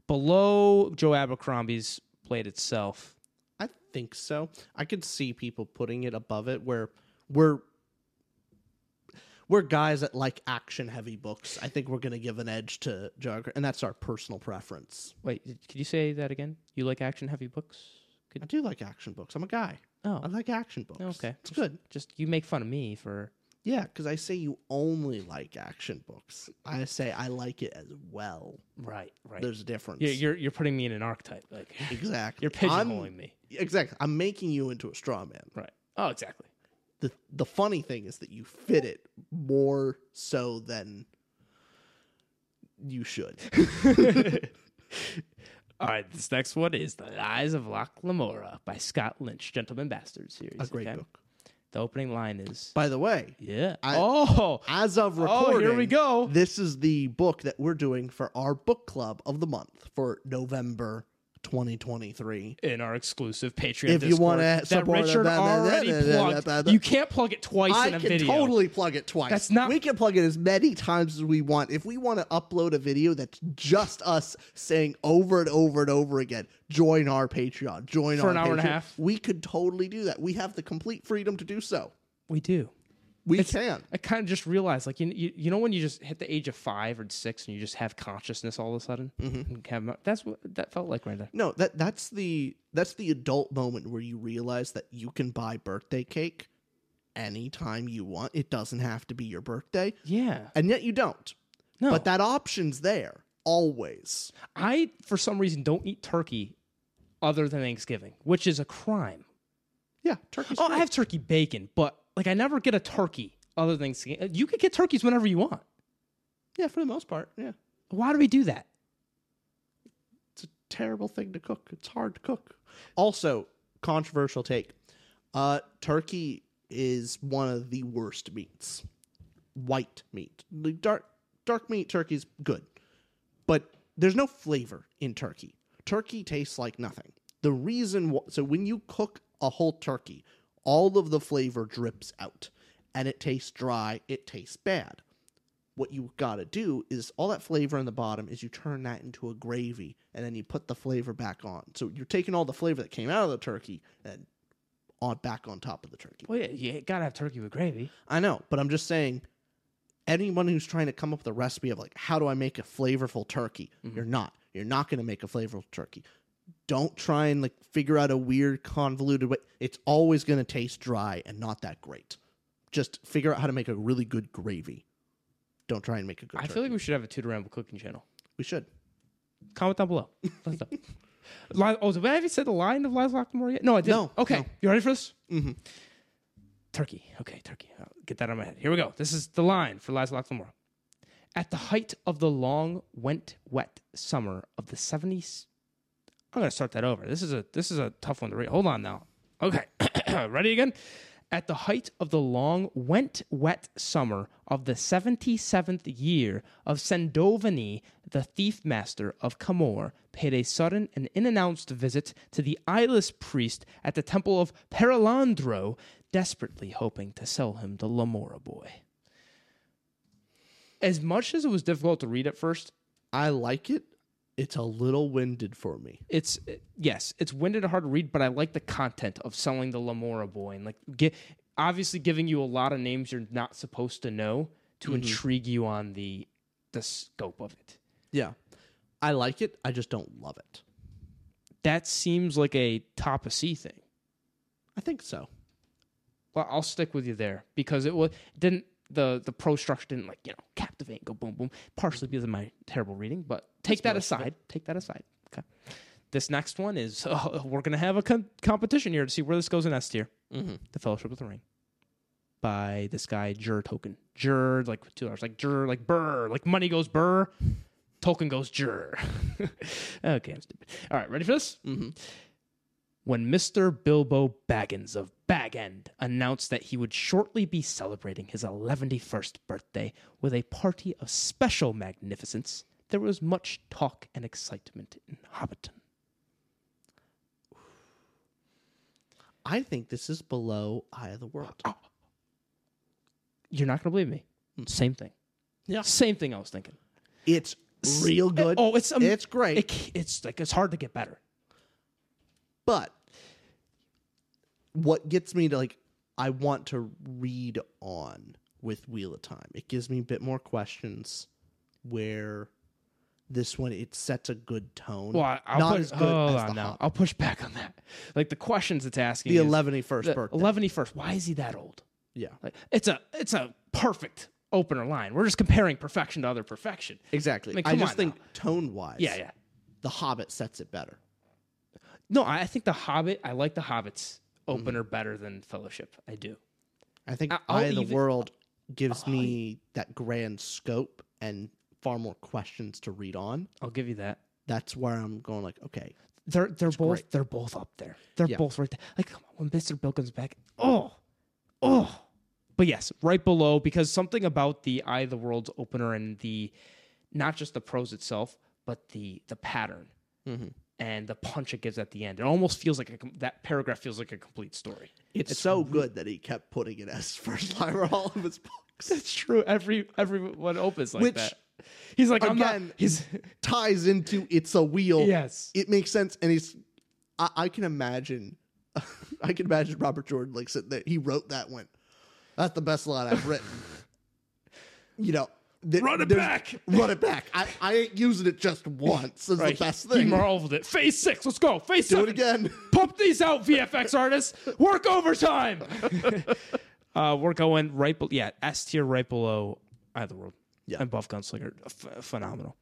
S2: below Joe Abercrombie's blade itself.
S3: I think so. I could see people putting it above it where we're we're guys that like action heavy books. I think we're gonna give an edge to Jogger, and that's our personal preference.
S2: Wait, did- could you say that again? You like action heavy books?
S3: I
S2: Could,
S3: do like action books. I'm a guy.
S2: oh,
S3: I like action books.
S2: okay.
S3: it's good.
S2: Just you make fun of me for
S3: Yeah, because I say you only like action books. I say I like it as well.
S2: right, right.
S3: There's a difference.
S2: you're, you're you're putting me in an archetype. Like
S3: exactly.
S2: you're
S3: I'm-
S2: pigeonholing me.
S3: Exactly. I'm making you into a straw man.
S2: Right. Oh, exactly.
S3: the the funny thing is that you fit it more so than you should.
S2: All right, this next one is The Lies of Loch Lamora by Scott Lynch, Gentleman Bastard series.
S3: A great
S2: okay?
S3: book.
S2: The opening line is
S3: By the way,
S2: Yeah.
S3: I-
S2: oh,
S3: as of recording,
S2: Oh, here we go.
S3: This is the book that we're doing for our book club of the month for November 2023.
S2: in our exclusive Patreon
S3: If you
S2: Discord
S3: wanna
S2: that
S3: support-
S2: Richard
S3: da- da- da-
S2: already
S3: da- da- da-
S2: plugged.
S3: da- da-
S2: You can't plug it twice
S3: I
S2: in a
S3: can
S2: video.
S3: totally plug it twice.
S2: That's not-
S3: We can plug it as many times as we want. If we want to upload a video that's just us saying over and over and over again, join our Patreon. Join
S2: For
S3: our
S2: an hour and a
S3: Patreon,"
S2: half?
S3: We could totally do that. We have the complete freedom to do so.
S2: We do.
S3: We
S2: It's-
S3: can.
S2: I kind of just realized, like you, you, you know, when you just hit the age of five or six and you just have consciousness all of a sudden, And have- that's what that felt like right there.
S3: No, that that's the that's the adult moment where you realize that you can buy birthday cake anytime you want. It doesn't have to be your birthday.
S2: Yeah,
S3: And yet you don't.
S2: no,
S3: But that option's there always.
S2: I for some reason don't eat turkey other than Thanksgiving, which is a crime.
S3: Yeah, turkey's
S2: oh, I
S3: great.
S2: have turkey bacon, but like I never get a turkey other than Thanksgiving. Uh, You could get turkeys whenever you want.
S3: Yeah, for the most part. Yeah.
S2: Why do we do that?
S3: It's a terrible thing to cook. It's hard to cook. Also, controversial take. Uh turkey is one of the worst meats. White meat. The dark dark meat turkey's good. But there's no flavor in turkey. Turkey tastes like nothing. The reason wh- so when you cook a whole turkey, all of the flavor drips out and it tastes dry, it tastes bad what you gotta do is all that flavor in the bottom is you turn that into a gravy and then you put the flavor back on. So you're taking all the flavor that came out of the turkey and on back on top of the turkey.
S2: Well, yeah, you gotta have turkey with gravy.
S3: I know, but I'm just saying anyone who's trying to come up with a recipe of like how do I make a flavorful turkey?
S2: Mm-hmm.
S3: You're not. You're not gonna make a flavorful turkey. Don't try and like figure out a weird convoluted way. It's always gonna taste dry and not that great. Just figure out how to make a really good gravy. Don't try and make a good
S2: I
S3: turkey.
S2: feel like we should have a Tudor Ramble cooking channel.
S3: we should.
S2: Comment down below. Let us know. Li- oh, did I have you said the line of Lies Lockmore yet? No, I didn't.
S3: No,
S2: Okay.
S3: no.
S2: You ready for this?
S3: Mm-hmm.
S2: Turkey. Okay, turkey. I'll get that on my head. Here we go. This is the line for Lies Lockmore. At the height of the long, went wet summer of the 70s. I'm gonna start that over. This is a this is a tough one to read. Hold on now. Okay. ready again? At the height of the long, went wet summer of the 77th year of Sandovani, the thief master of Camor paid a sudden and unannounced visit to the eyeless priest at the temple of Perilandro, desperately hoping to sell him the Lamora boy. As much as it was difficult to read at first,
S3: I like it. It's a little winded for me.
S2: it's eh, yes, it's winded and hard to read, but I like the content of selling the Lamora boy and like get, obviously giving you a lot of names you're not supposed to know to intrigue you on the the scope of it.
S3: Yeah. I like it. I just don't love it.
S2: That seems like a top of C thing.
S3: I think so.
S2: Well, I'll stick with you there because it was didn't the the pro structure didn't like you know captivate go boom boom partially because of my terrible reading, but take that aside. Take that aside. Okay. This next one is oh, we're gonna have a com- competition here to see where this goes in next year.
S3: Mm-hmm.
S2: The Fellowship of the Ring by this guy Jur Token. Jur like two dollars, like Jur like Burr, like money goes Burr, Token goes Jur. okay, I'm stupid. All right, ready for this?
S3: Mm-hmm.
S2: when Mr. Bilbo Baggins of Bag End announced that he would shortly be celebrating his 111st birthday with a party of special magnificence, there was much talk and excitement in Hobbiton.
S3: I think this is below Eye of the World.
S2: You're not going to believe me. Same thing.
S3: Hmm. Yeah.
S2: Same thing I was thinking.
S3: It's real good.
S2: Oh, it's um,
S3: it's great.
S2: it c- it's like it's hard to get better.
S3: but what gets me to like, I want to read on with Wheel of Time. It gives me a bit more questions. Where this one it sets a good tone.
S2: Well, I, I'll
S3: not
S2: put,
S3: as good
S2: hold
S3: as
S2: on
S3: the
S2: now.
S3: Hobbit.
S2: I'll push back on that. Like the questions it's asking.
S3: the
S2: is-
S3: 111st
S2: the
S3: birthday.
S2: 111st. Why is he that old?
S3: Yeah,
S2: Like it's a it's a perfect opener line. We're just comparing perfection to other perfection.
S3: exactly.
S2: I
S3: I,
S2: mean, come
S3: just
S2: on
S3: think
S2: now.
S3: tone wise,
S2: Yeah, yeah.
S3: The Hobbit sets it better.
S2: No, I, I think the Hobbit. I like the Hobbit's opener better than Fellowship. I do.
S3: I think
S2: I- I'll
S3: Eye of the
S2: even- uh,
S3: World gives me that grand scope and far more questions to read on.
S2: I'll give you that.
S3: That's where I'm going. Like, okay,
S2: They're they're both
S3: great.
S2: they're both up there. They're
S3: Yeah.
S2: both right there. Like come on, when Mr. Bill comes back, oh, oh. But yes, right below because something about the Eye of the World's opener and the not just the prose itself, but the the pattern
S3: Mm-hmm.
S2: and the punch it gives at the end. It almost feels like a, com- that paragraph feels like a complete story.
S3: it's, so good that he kept putting it as first line for all of his books.
S2: It's true. Every everyone opens like
S3: Which,
S2: that. He's like, I'm not.
S3: again,
S2: He's
S3: ties into it's a wheel.
S2: yes.
S3: it makes sense, and it's. I, I can imagine. I can imagine Robert Jordan like sitting there. He wrote that one. That's the best line I've written. You know, th-
S2: Run it
S3: there's-
S2: back.
S3: Run it back. I, I ain't using it just once. Is the best
S2: He
S3: thing.
S2: marveled it. Phase six. Let's go. Phase
S3: Do
S2: seven.
S3: it again.
S2: Pump these out, VFX artists. Work overtime. uh, we're going right. Be- yeah, S tier right below either world.
S3: Yeah.
S2: And Buff Gunslinger, Ph phenomenal.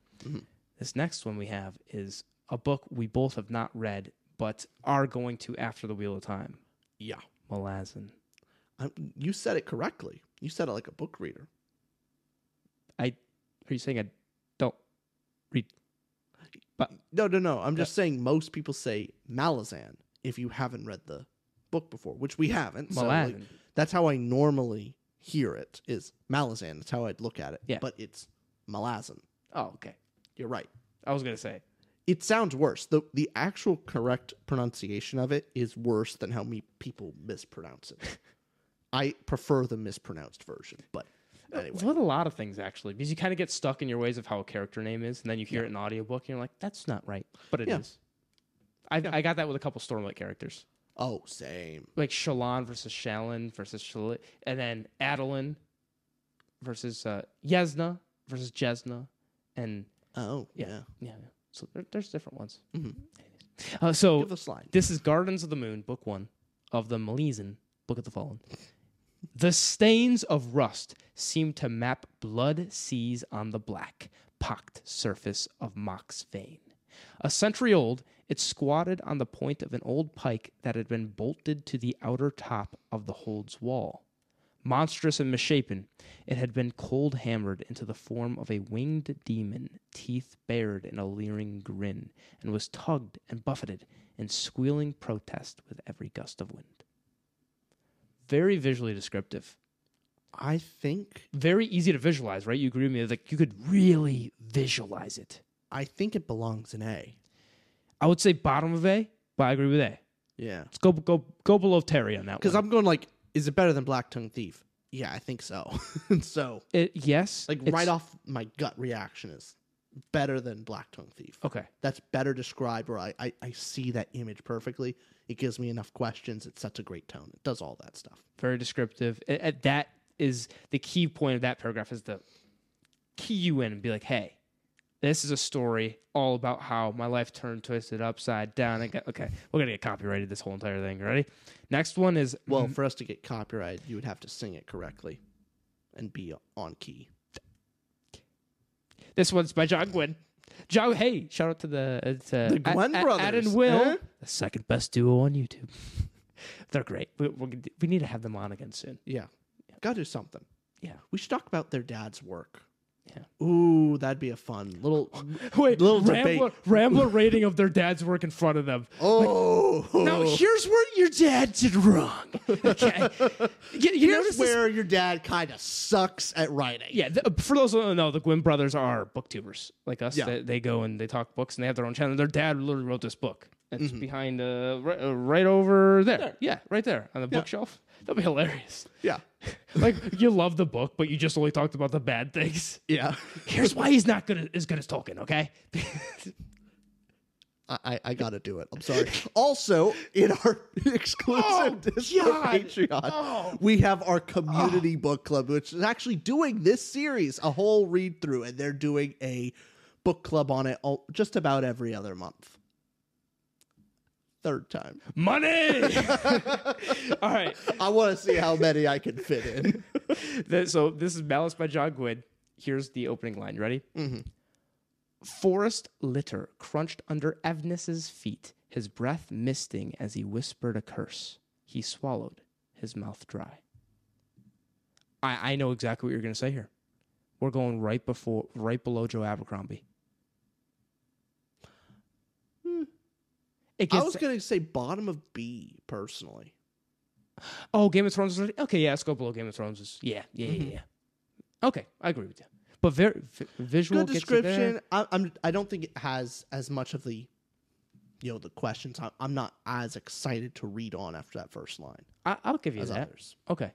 S2: This next one we have is a book we both have not read, but are going to after the Wheel of Time.
S3: Yeah.
S2: Malazan.
S3: I, you said it correctly. You said it like a book reader.
S2: I are you saying I don't read?
S3: No, no, no. I'm just saying most people say Malazan if you haven't read the book before, which we haven't. So like,
S2: Malazan.
S3: that's how I normally hear it is Malazan. That's how I'd look at it.
S2: Yeah.
S3: But it's Malazan.
S2: Oh, okay.
S3: You're right.
S2: I was gonna say
S3: It sounds worse. The the actual correct pronunciation of it is worse than how me people mispronounce it. I prefer the mispronounced version, but
S2: It's
S3: anyway.
S2: with a lot of things actually, because you kind of get stuck in your ways of how a character name is, and then you hear it in an audiobook, and you're like, "That's not right," but it
S3: Yeah.
S2: is. I I got that with a couple Stormlight characters,
S3: Oh, same.
S2: like Shallan versus Shallon versus Shal, and then Adeline versus uh, Yesna versus Jesna, and
S3: Oh,
S2: yeah,
S3: yeah.
S2: yeah. yeah. So there, there's different ones.
S3: Mhm.
S2: Uh, so
S3: Give us line.
S2: this is Gardens of the Moon, Book One of the Malezan Book of the Fallen. The stains of rust seem to map blood seas on the black, pocked surface of Mach's vein. A century old, it squatted on the point of an old pike that had been bolted to the outer top of the hold's wall. Monstrous and misshapen, it had been cold hammered into the form of a winged demon, teeth bared in a leering grin, and was tugged and buffeted in squealing protest with every gust of wind. Very visually descriptive.
S3: I think
S2: Very easy to visualize, right? You agree with me? Like you could really visualize it.
S3: I think it belongs in A.
S2: I would say bottom of A, but I agree with A.
S3: Yeah.
S2: Let's go go go below Terry on that
S3: Because
S2: one.
S3: I'm going like, is it better than Black Tongue Thief? Yeah, I think so. so
S2: It- yes,
S3: like
S2: it's-
S3: right off my gut reaction is better than Black Tongue Thief.
S2: Okay,
S3: That's better described where I, I, I see that image perfectly. It gives me enough questions. It sets a great tone. It does all that stuff.
S2: very descriptive. A- a- that is the key point of that paragraph is to key you in and be like, hey, this is a story all about how my life turned twisted upside down. I got, okay, we're gonna get copyrighted this whole entire thing. Ready? Next one is
S3: Well, for us to get copyrighted, you would have to sing it correctly and be on key.
S2: This one's by John Gwynn. John, hey, shout out to the uh, to
S3: The Gwynn
S2: Ad-
S3: brothers,
S2: Ad and Will,
S3: huh?
S2: the second best duo on YouTube. They're great. We, we're, gonna- we need to have them on again soon.
S3: Yeah. Gotta do something.
S2: Yeah.
S3: We should talk about their dad's work.
S2: Yeah.
S3: Ooh, that'd be a fun little
S2: Wait,
S3: little
S2: Rambler,
S3: debate.
S2: Rambler rating of their dad's work in front of them.
S3: Oh,
S2: Now here's where your dad did wrong. Okay, you, you notice
S3: here's
S2: this-
S3: where your dad kind of sucks at writing.
S2: Yeah, th- for those who don't know, the Gwynn brothers are booktubers like us.
S3: Yeah.
S2: They, they go and they talk books, and they have their own channel. Their dad literally wrote this book. It's
S3: Mm-hmm.
S2: behind, uh, right, uh, right over there. Yeah, right there on the bookshelf. That'd be hilarious.
S3: yeah,
S2: like you love the book, but you just only talked about the bad things.
S3: yeah.
S2: Here's why he's not good at, as good as Tolkien. Okay,
S3: I, I, I gotta do it. I'm sorry. also, in our exclusive
S2: Oh,
S3: Discord
S2: God. Oh. Ah.
S3: Patreon, we have our community book club, which is actually doing this series a whole read through, and they're doing a book club on it all, just about every other month. Third time.
S2: money. All right.
S3: I want to see how many I can fit in.
S2: Th- so this is Malice by John Gwynn. Here's the opening line. You ready?
S3: Mm-hmm.
S2: Forest litter crunched under Evnis's feet, his breath misting as he whispered a curse. He swallowed, his mouth dry. I, I know exactly what you're going to say here. We're going right before, right below Joe Abercrombie. It
S3: I
S2: gets
S3: Hmm. was gonna say bottom of B personally.
S2: Oh, Game of Thrones is already- okay. Yeah, let's go below Game of Thrones. Is, yeah, yeah,
S3: Mm-hmm.
S2: yeah, yeah. Okay, I agree with you. But very vi- visual
S3: good
S2: gets you there.
S3: description. I, I'm. I don't think it has as much of the, you know, the questions. I, I'm not as excited to read on after that first line
S2: I, I'll give you
S3: as
S2: that.
S3: others. Mm-hmm.
S2: Okay.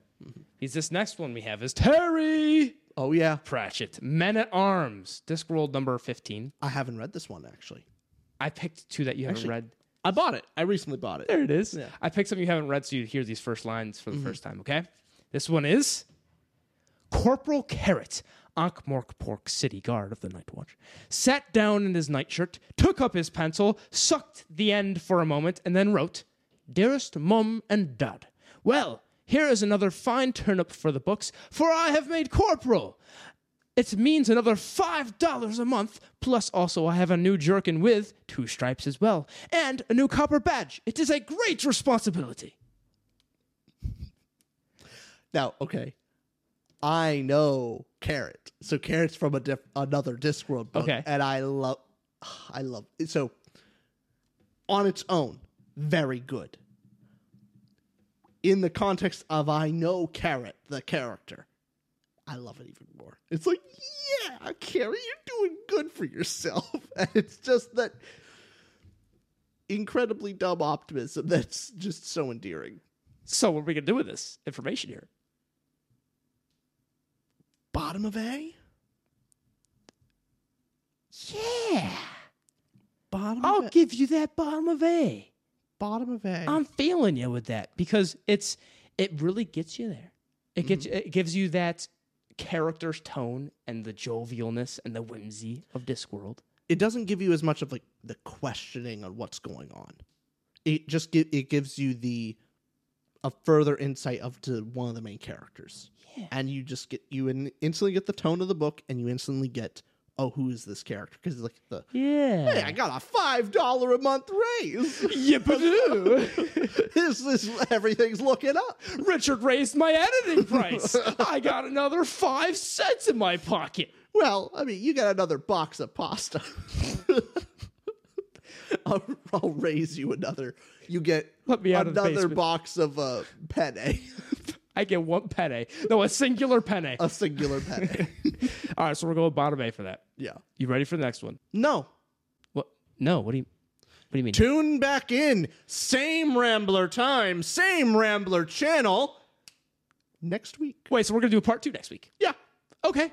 S2: Because this next one we have is Terry
S3: Oh yeah,
S2: Pratchett, Men at Arms, Discworld number fifteen.
S3: I haven't read this one actually.
S2: I picked two that you haven't
S3: Actually-
S2: read.
S3: I bought it. I recently bought it.
S2: There it is.
S3: Yeah.
S2: I picked something you haven't read, so you hear these first lines for the first time. Okay. This one is Corporal Carrot, Ankh-Morpork city guard of the Night Watch, sat down in his nightshirt, took up his pencil, sucked the end for a moment, and then wrote, Dearest Mum and Dad, well, here is another fine turnip for the books, for I have made corporal. It means another five dollars a month, plus also I have a new jerkin with two stripes as well, and a new copper badge. It is a great responsibility.
S3: Now, okay. I know Carrot. So Carrot's from a diff- another Discworld book.
S2: Okay.
S3: And I love I love so on its own, very good. In the context of I know Carrot, the character, I love it even more. It's like, yeah, Carrot, you're doing good for yourself. And it's just that incredibly dumb optimism that's just so endearing.
S2: So what are we gonna do with this information here?
S3: Bottom of A?
S2: Yeah,
S3: Bottom
S2: I'll
S3: of A.
S2: give you that bottom of A.
S3: Bottom of A.
S2: I'm feeling you with that because it's it really gets you there. It gets it gives you that character's tone and the jovialness and the whimsy of Discworld.
S3: it doesn't give you as much of like the questioning on what's going on. It just gi- it gives you the a further insight of to one of the main characters,
S2: Yeah.
S3: and you just get you in, instantly get the tone of the book, and you instantly get oh who is this character because like the
S2: Yeah.
S3: hey I got a five dollar a month raise.
S2: Yippadoo.
S3: is this everything's looking up?
S2: Richard raised my editing price. I got another five cents in my pocket.
S3: Well, I mean, you got another box of pasta. I'll, I'll raise you another. You get
S2: Let me out of the
S3: another
S2: basement.
S3: box of uh, penne,
S2: I get one penny. No, a singular penny.
S3: a singular penne.
S2: All right, so we're going bottom A for that.
S3: yeah.
S2: You ready for the next one?
S3: No.
S2: What? No. What do you? What do you mean?
S3: Tune back in. Same Rambler time, same Rambler channel. Next week.
S2: Wait. So we're gonna do part two next week.
S3: Yeah.
S2: Okay.